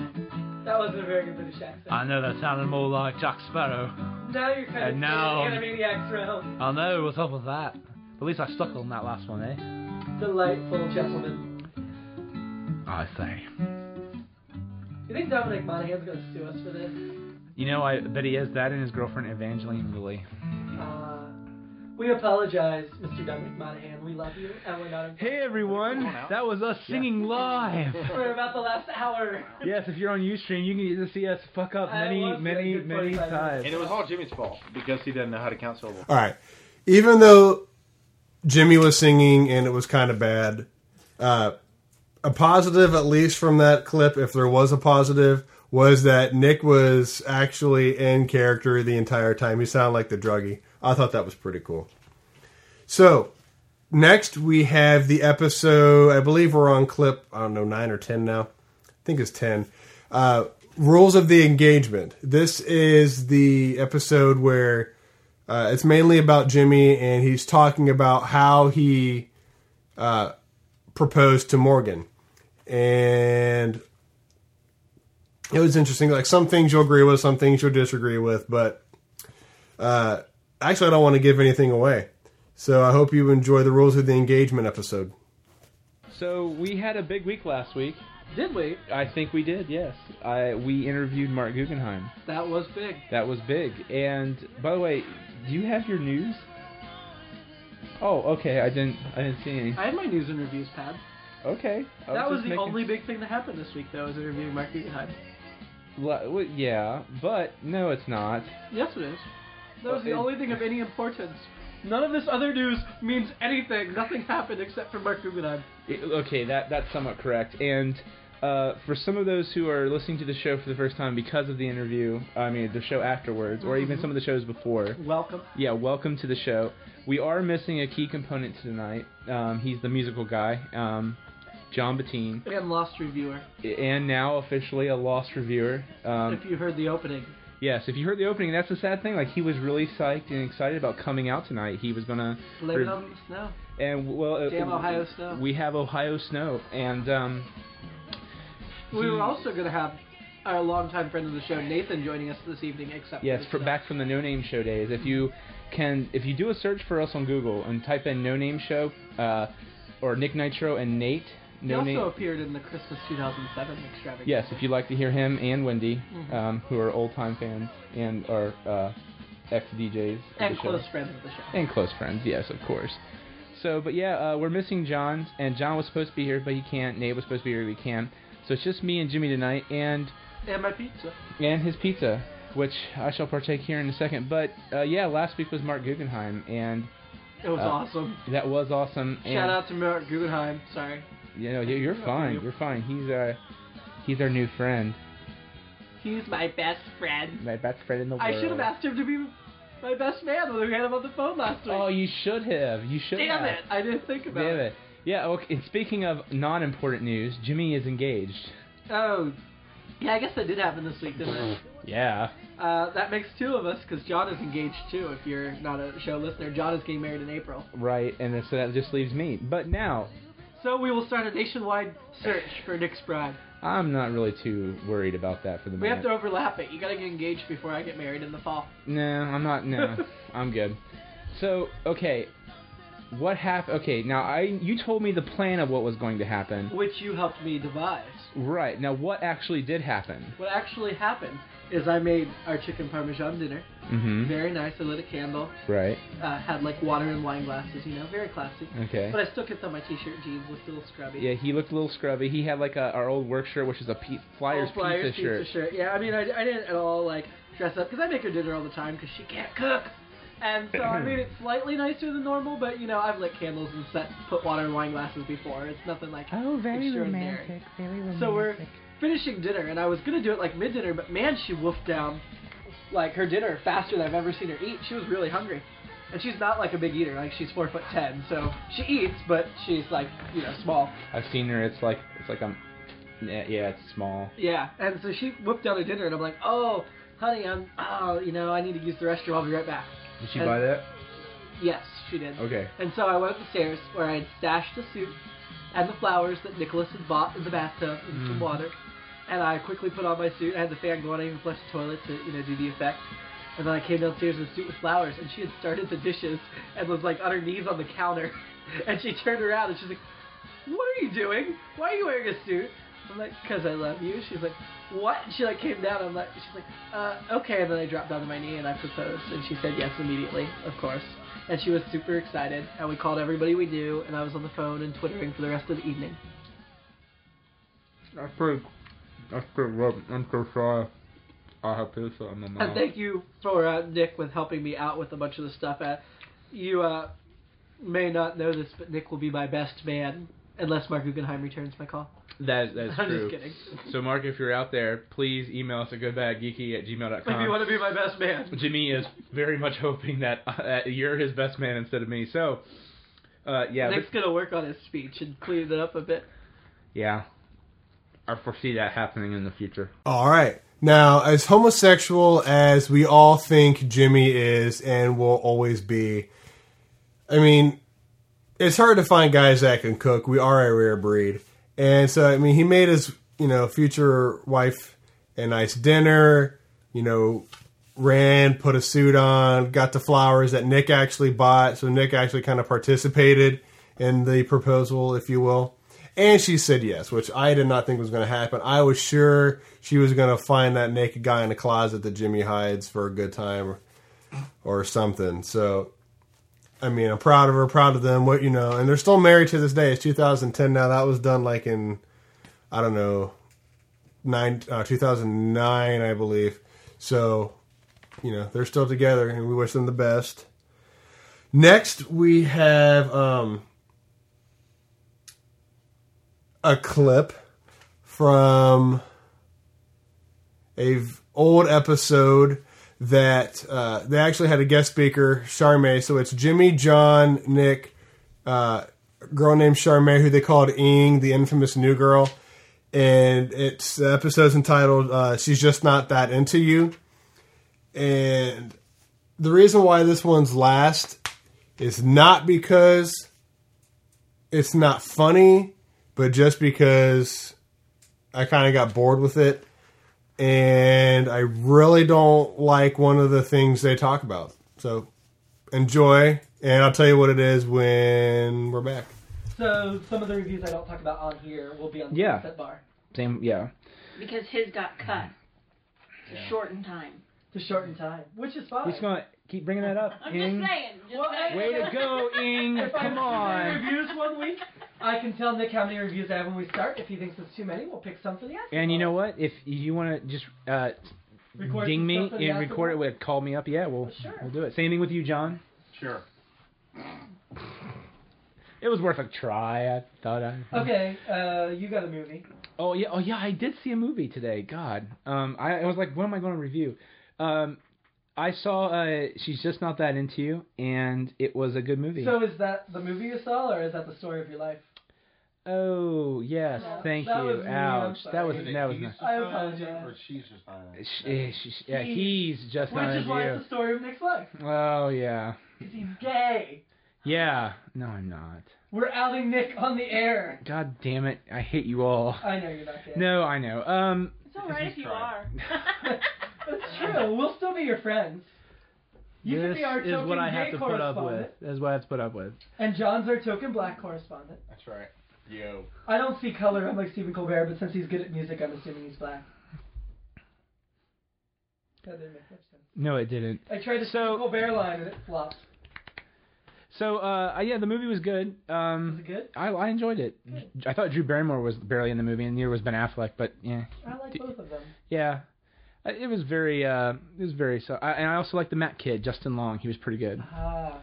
That wasn't a very good British accent.
I know that sounded more like Jack Sparrow.
Now you're kind
And
of
now-
in the Animaniacs realm.
I know. What's up with that? At least I stuck on that last one, eh?
Delightful gentleman.
I say.
You think Dominic Monaghan's going to sue us for this?
You know, I bet he has that and his girlfriend Evangeline Lilly.
Uh, we apologize, Mr. Dominic Monaghan. We love you, and we're not.
Hey everyone, that was us singing live.
We're about the last hour.
yes, if you're on UStream, you can get to see us fuck up
I
many,
was
many,
good
many
45
times.
And it was all Jimmy's fault because he didn't know how to count syllables.
All right. Even though Jimmy was singing and it was kind of bad, uh, a positive, at least from that clip, if there was a positive, was that Nick was actually in character the entire time. He sounded like the druggie. I thought that was pretty cool. So, next we have the episode. I believe we're on clip, I don't know, 9 or 10 now. I think it's 10. Uh, Rules of the Engagement. This is the episode where uh, it's mainly about Jimmy, and he's talking about how he uh, proposed to Morgan. And it was interesting. Like, some things you'll agree with, some things you'll disagree with, but uh, actually, I don't want to give anything away. So I hope you enjoy the Rules of the Engagement episode.
So we had a big week last week.
Did we?
I think we did. Yes, I we interviewed Mark Guggenheim.
That was big.
That was big. And by the way, do you have your news? Oh, okay. I didn't. I didn't see any.
I had my news and reviews pad.
Okay. Uh, I
that was,
just
the
making-
only big thing that happened this week, though, was interviewing Mark Guggenheim.
Well, well, yeah, but no, it's not.
Yes, it is. That was the
Well, it-
only thing of any importance. None of this other news means anything. Nothing happened except for Mark Guggenheim.
It- okay, that that's somewhat correct. And uh, for some of those who are listening to the show for the first time because of the interview, I mean the show afterwards, or even
Mhm.
some of the shows before.
Welcome.
Yeah, welcome to the show. We are missing a key component tonight. Um, he's the musical guy, um, John Bettine,
And Lost Reviewer.
and now officially a lost reviewer. Um,
if you heard the opening.
Yes, if you heard the opening, that's the sad thing. Like he was really psyched and excited about coming out tonight. He was gonna
Blame it on the snow.
and well, uh,
Damn Ohio snow.
We have Ohio snow, and um,
We
He-
were also going to have our longtime friend of the show, Nathan, joining us this evening, except
yes,
for
for,
the
back from the No Name Show days. If you can, if you do a search for us on Google and type in No Name Show, uh, or Nick Nitro and Nate,
snow.
No
he
Name.
also appeared in the Christmas 2007 extravaganza.
Yes, if you'd like to hear him and Wendy,
Mhm.
um, who are old time fans and are uh, ex DJs
And
the show.
close friends of the show.
and close friends, yes, of course. So, but yeah, uh, we're missing John, and John was supposed to be here, but he can't. Nate was supposed to be here, but he can't. So it's just me and Jimmy tonight, and
And my pizza.
and his pizza, which I shall partake here in a second. But uh, yeah, last week was Mark Guggenheim, and
It was
uh,
awesome.
That was awesome. and,
Shout out to Mark Guggenheim. Sorry.
You know, you- you're
Shout out
fine.
to you.
You're fine. He's uh, he's our new friend,
He's my best friend.
my best friend in the world.
I should have asked him to be my best man when we had him on the phone last week.
Oh, you should have. You should.
Damn
have.
it. I didn't think about
Damn it. Yeah. Okay. And speaking of non-important news, Jimmy is engaged.
Oh. Yeah, I guess that did happen this week, didn't it?
Yeah.
Uh, that makes two of us because John is engaged too. If you're not a show listener, John is getting married in April.
Right, and then, so that just leaves me. But now,
So we will start a nationwide search for Nick's bride.
I'm not really too worried about that for the
We have
moment.
to overlap it. You gotta get engaged before I get married in the fall.
No, I'm not. No, I'm good. So, okay, what happened? Okay, now I you told me the plan of what was going to happen.
Which you helped me devise.
Right now, what actually did happen?
What actually happened is I made our chicken parmesan dinner.
Mm-hmm.
Very nice. I lit a candle.
Right.
Uh, had like water and wine glasses, you know, very classy.
Okay.
But I still kept on my t-shirt jeans, looked a little scrubby.
Yeah, he looked a little scrubby. He had like a, our old work shirt, which is a pe- Flyers,
All Oh, Flyers
pizza shirt.
Yeah, I mean, I, I didn't at all like dress up because I make her dinner all the time because she can't cook. And so I made it slightly nicer than normal, but you know, I've lit candles and set put water in wine glasses before. It's nothing like
Oh, very
extraordinary.
romantic. Very romantic.
So we're finishing dinner, and I was gonna do it like mid dinner, but man, she wolfed down like her dinner faster than I've ever seen her eat. She was really hungry, and she's not like a big eater. Like she's four foot ten, so she eats, but she's like you know small.
I've seen her. It's like it's like I'm. Yeah, yeah, it's small.
Yeah, and so she whipped out a dinner, and I'm like, oh, honey, I'm, oh, you know, I need to use the restroom. I'll be right back.
Did she
And-
buy that?
Yes, she did.
Okay.
And so I went up the stairs where I had stashed the soup and the flowers that Nicholas had bought in the bathtub and some
Mm.
water. And I quickly put on my suit. I had the fan going. I even flushed the toilet to, you know, do the effect. And then I came downstairs in a suit with flowers, and she had started the dishes and was like on her knees on the counter. And she turned around and she's like, "What are you doing? Why are you wearing a suit?" I'm like, "Cause I love you." She's like, "What?" And she like came down. I'm like, she's like, "Uh, okay." And then I dropped down to my knee and I proposed, and she said yes immediately, of course. And she was super excited, and we called everybody we knew, and I was on the phone and twittering for the rest of the evening.
That's pretty. That's pretty rough. I'm so sorry. I have pizza in my mouth.
And thank you for uh, Nick with helping me out with a bunch of the stuff. Uh, you uh, may not know this, but Nick will be my best man unless Mark Guggenheim returns my call.
That is, that is
I'm just
true.
kidding.
So, Mark, if you're out there, please email us at goodbadgeeky at gmail.com.
If you want to be my best man.
Jimmy is very much hoping that, uh, you're his best man instead of me. So, uh, yeah,
Nick's
but,
gonna work on his speech and clean it up a bit.
yeah, I foresee that happening in the future.
All right. Now, as homosexual as we all think Jimmy is and will always be, I mean, it's hard to find guys that can cook. We are a rare breed. And so, I mean, he made his, you know, future wife a nice dinner, you know, ran, put a suit on, got the flowers that Nick actually bought. So Nick actually kind of participated in the proposal, if you will. And she said yes, which I did not think was going to happen. I was sure she was going to find that naked guy in the closet that Jimmy hides for a good time or, or something. So, I mean, I'm proud of her, proud of them, what you know. And they're still married to this day. It's 2010 now. That was done like in, I don't know, nine, uh, 2009, I believe. So, you know, they're still together and we wish them the best. Next, we have um, a clip from a v- old episode that uh, they actually had a guest speaker, Charme. So it's Jimmy, John, Nick, uh, a girl named Charme, who they called Ing, the infamous new girl. And it's the episode's entitled uh, "She's Just Not That Into You," and the reason why this one's last is not because it's not funny, but just because I kind of got bored with it. And I really don't like one of the things they talk about. So enjoy, and I'll tell you what it is when we're back.
So some of the reviews I don't talk about on here will be on the
Yeah.
Sunset Bar
Same, yeah.
Because his got cut. To shorten time.
to shorten time, Uh, which is fine.
He's gonna keep bringing that up.
I'm
Ing.
just saying. Just saying.
Way to go, Ing!
If I
Come
have
on.
reviews one week, I can tell Nick how many reviews I have when we start. If he thinks it's too many, we'll pick some for the after.
And you know what? If you want to just uh,
Record
ding me
something
and
after
record it with call me up, yeah, we'll we'll do it. Same thing with you, John.
Sure.
It was worth a try. I thought I.
Okay, uh, you got a movie.
Oh yeah, oh yeah, I did see a movie today. God, um, I, I was like, what am I going to review? Um, I saw uh, she's just not that into you, and it was a good movie.
So is that the movie you saw, or is that the story of your life?
oh yes,
Yeah,
thank
that
you.
was me, I'm
Ouch, that
sorry.
was that was.
Jesus
Nice.
I apologize.
Or she's just not.
Sh- eh, sh- sh- yeah, he's just
Which
not
is why
into
it's the story of Nick's life.
you. Oh yeah,
Because he's gay.
yeah. No, I'm not.
We're outing Nick on the air.
God damn it, I hate you all.
I know you're not gay.
No, I know. Um,
It's alright if you are.
That's true. We'll still be your friends. You can
this
be our
is what
token
I have
gay
to put up with.
correspondent.
That's what I have to put up with.
And John's our token black correspondent.
That's right. Yo.
I don't see color. I'm like Stephen Colbert, but since he's good at music, I'm assuming he's black. That didn't make much sense.
No, it didn't.
I tried to so, Colbert line and it flopped.
So uh, yeah, the movie was good. Um, was
it good?
I, I enjoyed it. I thought Drew Barrymore was barely in the movie, and neither was Ben Affleck. But yeah,
I like both of them.
yeah, Uh, it was very, uh, it was very. So, I, and I also liked the Matt kid, Justin Long. He was pretty good
Ah,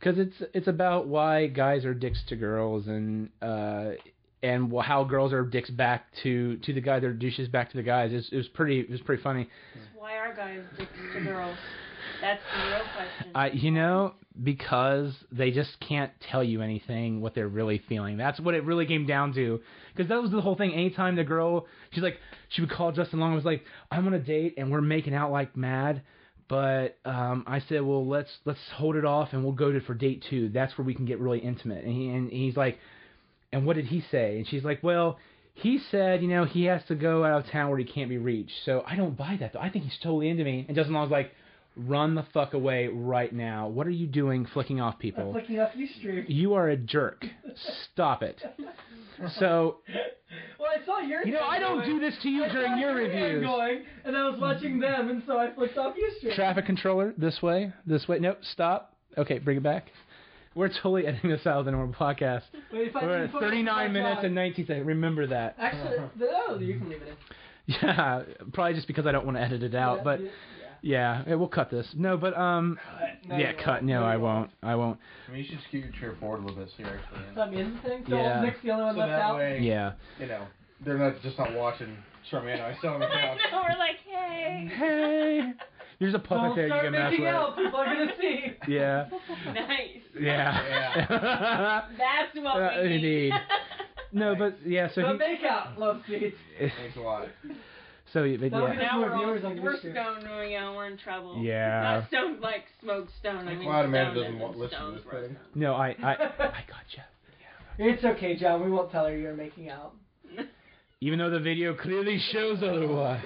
because it's it's about why guys are dicks to girls and uh and wh- how girls are dicks back to to the guy, they're douches back to the guys. It was, it was pretty, it was pretty funny.
Why are guys dicks to girls? That's the real question.
I, you know, because they just can't tell you anything what they're really feeling. That's what it really came down to. Because that was the whole thing. Anytime the girl, she's like, she would call Justin Long and was like, "I'm on a date and we're making out like mad." But um, I said, well, let's let's hold it off and we'll go to for date two. That's where we can get really intimate. And, he, and he's like, and what did he say? And she's like, well, he said, you know, he has to go out of town where he can't be reached. So I don't buy that though. I think he's totally into me. And Justin Long's like, run the fuck away right now. What are you doing, flicking off
I'm
people?
looking up you stream.
You are a jerk. Stop it. So
Well, I saw your.
You know,
thing
I don't
going.
do this to you
I saw
during your
thing
reviews.
Going, and I was watching them, and so I flicked off Ustream.
traffic controller, this way, this way. Nope, stop. Okay, bring it back. We're totally editing this out of the normal podcast.
Wait, if I
We're
didn't
at
focus
39
on
minutes
God.
and 19 seconds. Remember that.
Actually, no, you can leave it in.
Yeah, probably just because I don't want to edit it out. But yeah, eh, we'll cut this. No, but um,
No,
yeah,
you won't.
cut. No,
No,
I
you
won't. I won't.
I mean, you should scoot your chair forward a little bit so you're actually in.
So I'm in the thing. So
Yeah.
Nick's the only one
So
left
that
out.
way,
Yeah.
you know, they're not just not watching Charmaine and I still on the
I
couch.
know, we're like, hey.
Hey. There's a puppet
Don't
there you
start
can mess
making
with.
out.
People are gonna see.
Yeah.
nice.
Yeah.
That's what
Uh,
we need.
indeed. no, but yeah. So
the
he.
make out love scenes.
Thanks
a lot.
So he- but,
Now
yeah.
we're, all,
viewers on
we're
YouTube.
stoned right now. We're in trouble.
Yeah.
Not stoned like smoked stone. I mean,
glad Amanda
stoned
doesn't
as
want-
in
listen to
stoned
this
broke.
thing.
No, I I
It's okay, John. We won't tell her you're making out.
even though the video clearly shows otherwise.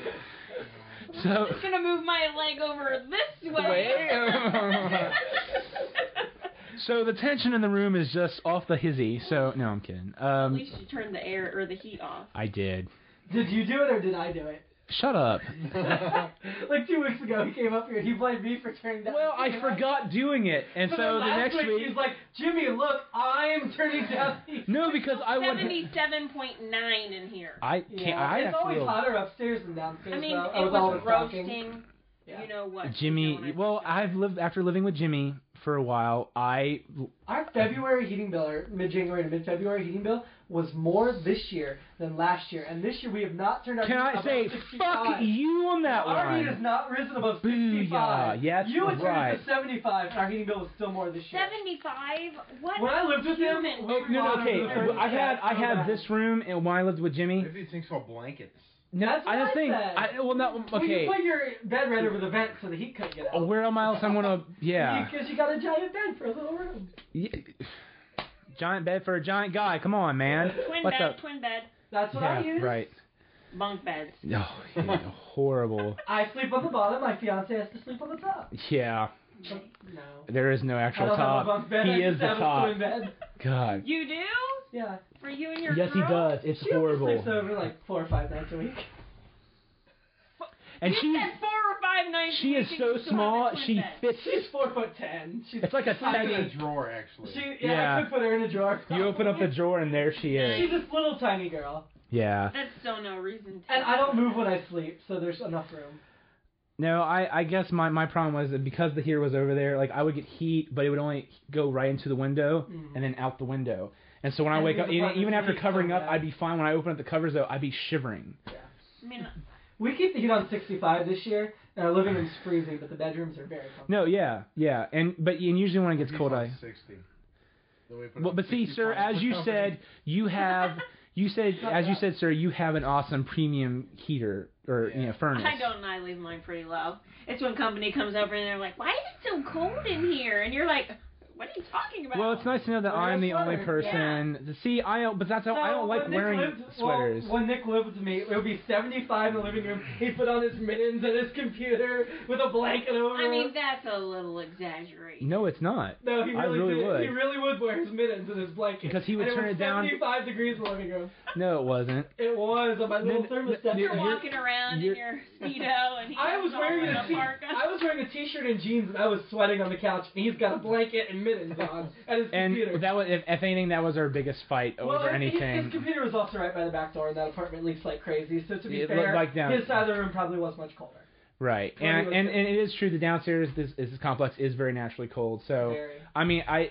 So.
I'm just gonna move my leg over this way.
Way. So the tension in the room is just off the hizzy. So no, I'm kidding.
At
Um,
least you turned the air or the heat off.
I did.
Did you do it or did I do it?
Shut up.
like two weeks ago, he came up here. He blamed me for turning down.
Well, I forgot doing it, and so the next week.
he's like, Jimmy, look, I'm turning down. The-
no, because I would.
Seventy-seven point nine in here.
I can't. I
it's
feel,
always hotter upstairs than downstairs.
I mean,
though,
it
with all the
was
talking.
roasting. You know what?
Jimmy. Well, I've lived after living with Jimmy for a while. I
Our February heating bill, or mid-January to mid-February heating bill, was more this year than last year, and this year we have not turned our.
Can
heat
I
up
say,
above 65.
fuck you on that
Our heat
one.
has not risen above
Booyah.
sixty-five.
Yes,
you would turn
right.
it to seventy-five, and our heating bill was still more this year.
Seventy-five. What?
When I lived with him,
human
we-
Oh, no, no, okay.
Monitor the
I had I
first
had this room and when I lived with Jimmy.
Maybe he thinks about blankets.
No,
That's
I
what
don't
I
think.
said.
I, well, no.
Well,
Okay.
you put your bed right over the vent so the heat couldn't get out.
oh, Where am I else I'm gonna? Yeah.
Because you got a giant bed for a little room.
Yeah. Giant bed for a giant guy. Come on, man.
Twin
What's
bed.
up?
Twin bed.
That's what I
Yeah,
use.
right.
Bunk beds.
Oh, yeah, horrible.
I sleep on the bottom. My fiance has to sleep on the top.
Yeah.
No.
There is no
I
actual
don't have a
top.
bunk bed. I
He is
just
the
have A twin
top.
bed.
God.
You do?
Yeah.
For you and your
Yes, he
girl?
does. It's
she only
horrible.
sleeps over like four or five nights a week.
And
you
she's
said four or five nights.
she
a
is
week
so
and you still
small,
have a twin
she
bed.
fits.
She's four foot ten. She's
It's like a
tiny.
tiny-
drawer, actually. She, yeah,
Yeah.
I could put her in a drawer.
You open up the drawer and there she
She's
is.
this little tiny girl,
Yeah.
That's still no reason. To
and I don't move when I sleep, so there's enough room.
No, I I guess my my problem was that because the heater was over there, like I would get heat, but it would only go right into the window and then out the window. And so when I
Mm. And
wake
it
up,
was
even,
like
even
the
after
heat
covering up,
coming out.
I'd be fine. When I open up the covers though, I'd be shivering.
I mean,
We keep the heat on 65 this year, and our living room's freezing, but the bedrooms are very comfortable.
No, yeah, yeah, and but and usually when it gets cold, I.
60.
Well, but see, sir, as you said, you have you said as you said, sir, you have an awesome premium heater or you know furnace.
I don't. and I leave mine pretty low. It's when company comes over and they're like, "Why is it so cold in here?" And you're like, "What are you talking about?"
Well, it's nice to know that I'm the only
sweater.
person. See, I don't, but that's how I don't like
when Nick
wearing
lived-
sweaters.
Well, when Nick lived with me, it would be 75 in the living room. He'd put on his mittens and his computer with a blanket over
I mean,
him.
that's a little exaggerated.
no, it's not.
No, he
I
really,
really
did.
would.
He really would wear his mittens and his blanket.
Because he would
and
turn
was
it down-
75 degrees in the living room.
No, it wasn't.
It was on my little thermostat.
You're walking around in
you're-
your speedo, and he
I was
comes
wearing
over
a
in
t-
parka.
I was wearing a t-shirt and jeans, and I was sweating on the couch. And he's got a blanket and mittens on at his
And
computer.
that was, if, if anything, that was our biggest fight over
well, his- His,
anything.
computer was also right by the back door, and that apartment leaks like crazy. So to be
It
fair,
looked like down-
his side of the room probably was much colder.
Right,
Well,
and,
he was-
and and it is true. The downstairs this this complex is very naturally cold. So
Very.
I mean, I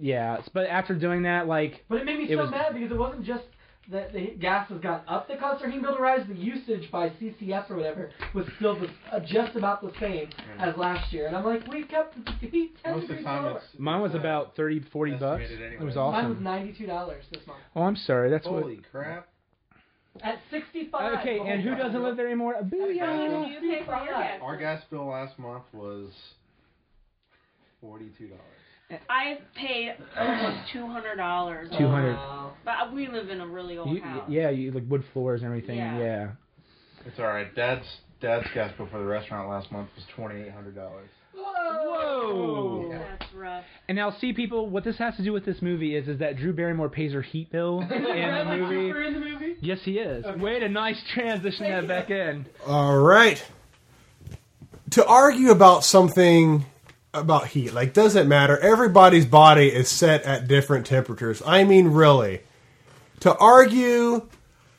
yeah, but after doing that, like,
But it made me so
was,
mad because it wasn't just that the gas has gone up that caused our heat bill to rise. The usage by CCS or whatever was still the, uh, just about the same as last year, and I'm like, we kept the heat 10
Most of the
degrees
time
lower.
Mine was about 30, 40 bucks.
estimated
It was
anyway.
Mine was
awesome.
ninety-two dollars this month
Oh, I'm sorry. That's
Holy
what. Uh,
crap.
at sixty-five.
Okay,
Oh,
and who
wow.
doesn't live there anymore?
How
Booyah!
much do you pay for your gas?
Our gas bill last month was forty-two dollars.
I've paid almost two hundred dollars.
$200.
But we live in a really old
You,
house.
yeah, you like wood floors and everything.
Yeah.
Yeah.
It's all right. Dad's dad's gas bill for the restaurant last month was twenty-eight hundred dollars.
Whoa.
That's rough.
And now, see, people, what this has to do with this movie is, is that Drew Barrymore pays her heat bill in the
Bradley
movie.
Cooper in the movie?
Yes, he is. Way to nice transition that back in.
All right. To argue about something about heat, like, does it matter? Everybody's body is set at different temperatures. I mean, really. To argue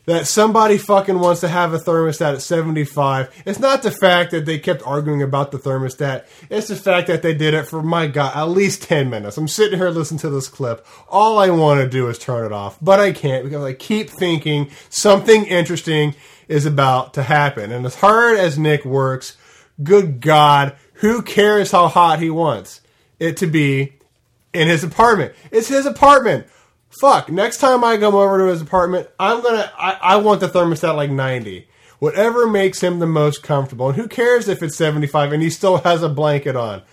that somebody fucking wants to have a thermostat at 75, it's not the fact that they kept arguing about the thermostat. It's the fact that they did it for, my God, at least 10 minutes. I'm sitting here listening to this clip. All I want to do is turn it off, but I can't because I keep thinking something interesting is about to happen. And as hard as Nick works, good God, who cares how hot he wants it to be in his apartment? It's his apartment. Fuck. Next time I come over to his apartment, I'm gonna. I, I want the thermostat like 90. Whatever makes him the most comfortable. And who cares if it's 75 and he still has a blanket on?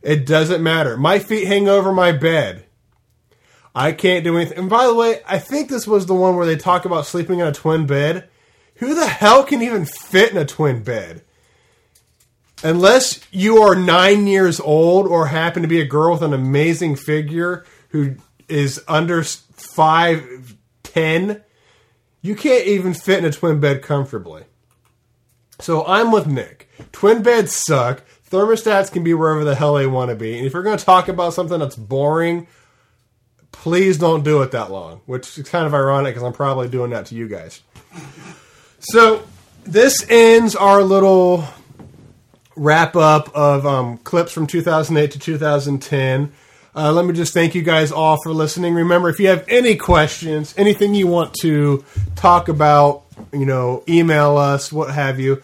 It doesn't matter. My feet hang over my bed. I can't do anything. And by the way, I think this was the one where they talk about sleeping in a twin bed. Who the hell can even fit in a twin bed? unless you are nine years old or happen to be a girl with an amazing figure who is under five ten, you can't even fit in a twin bed comfortably. So I'm with Nick. Twin beds suck. Thermostats can be wherever the hell they want to be. And if you're going to talk about something that's boring, please don't do it that long, which is kind of ironic because I'm probably doing that to you guys. So this ends our little wrap up of um, clips from 2008 to 2010. Uh, let me just thank you guys all for listening. Remember, if you have any questions, anything you want to talk about, you know, email us, what have you,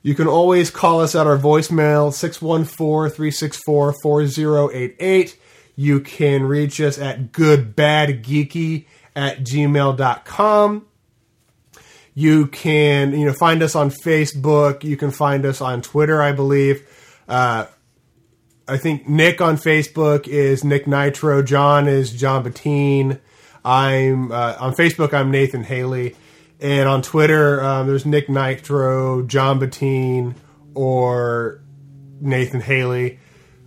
you can always call us at our voicemail, 614 364 4088. You can reach us at goodbadgeeky at gmail.com. You can you know find us on Facebook. You can find us on Twitter, I believe. Uh, I think Nick on Facebook is Nick Nitro. John is John Bettine. I'm uh, on Facebook. I'm Nathan Haley, and on Twitter um, there's Nick Nitro, John Bettine, or Nathan Haley.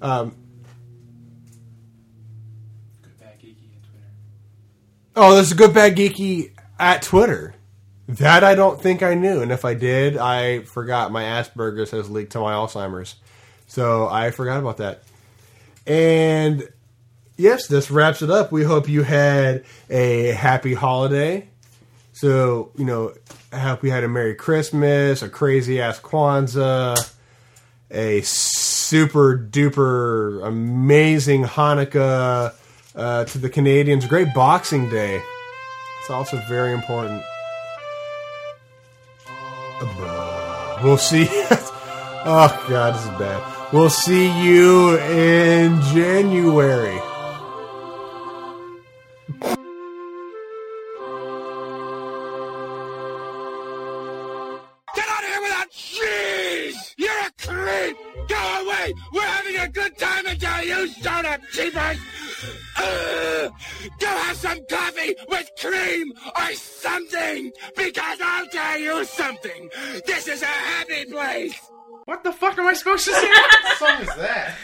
Um, Oh, there's a good bad geeky at Twitter. That I don't think I knew, and if I did, I forgot. My Asperger's has leaked to my Alzheimer's, so I forgot about that. And yes, this wraps it up. We hope you had a happy holiday. So you know, I hope you had a Merry Christmas, a crazy ass Kwanzaa, a super duper amazing Hanukkah uh, to the Canadians. Great Boxing Day. It's also very important. We'll see. oh God, this is bad. We'll see you in January.
Get out of here with that cheese! You're a creep! Go away! We're having a good time until you showed up, cheapers! Ugh! Go have some coffee with cream or something! Because I'll tell you something! This is a happy place!
What the fuck am I supposed to say?
What song is that?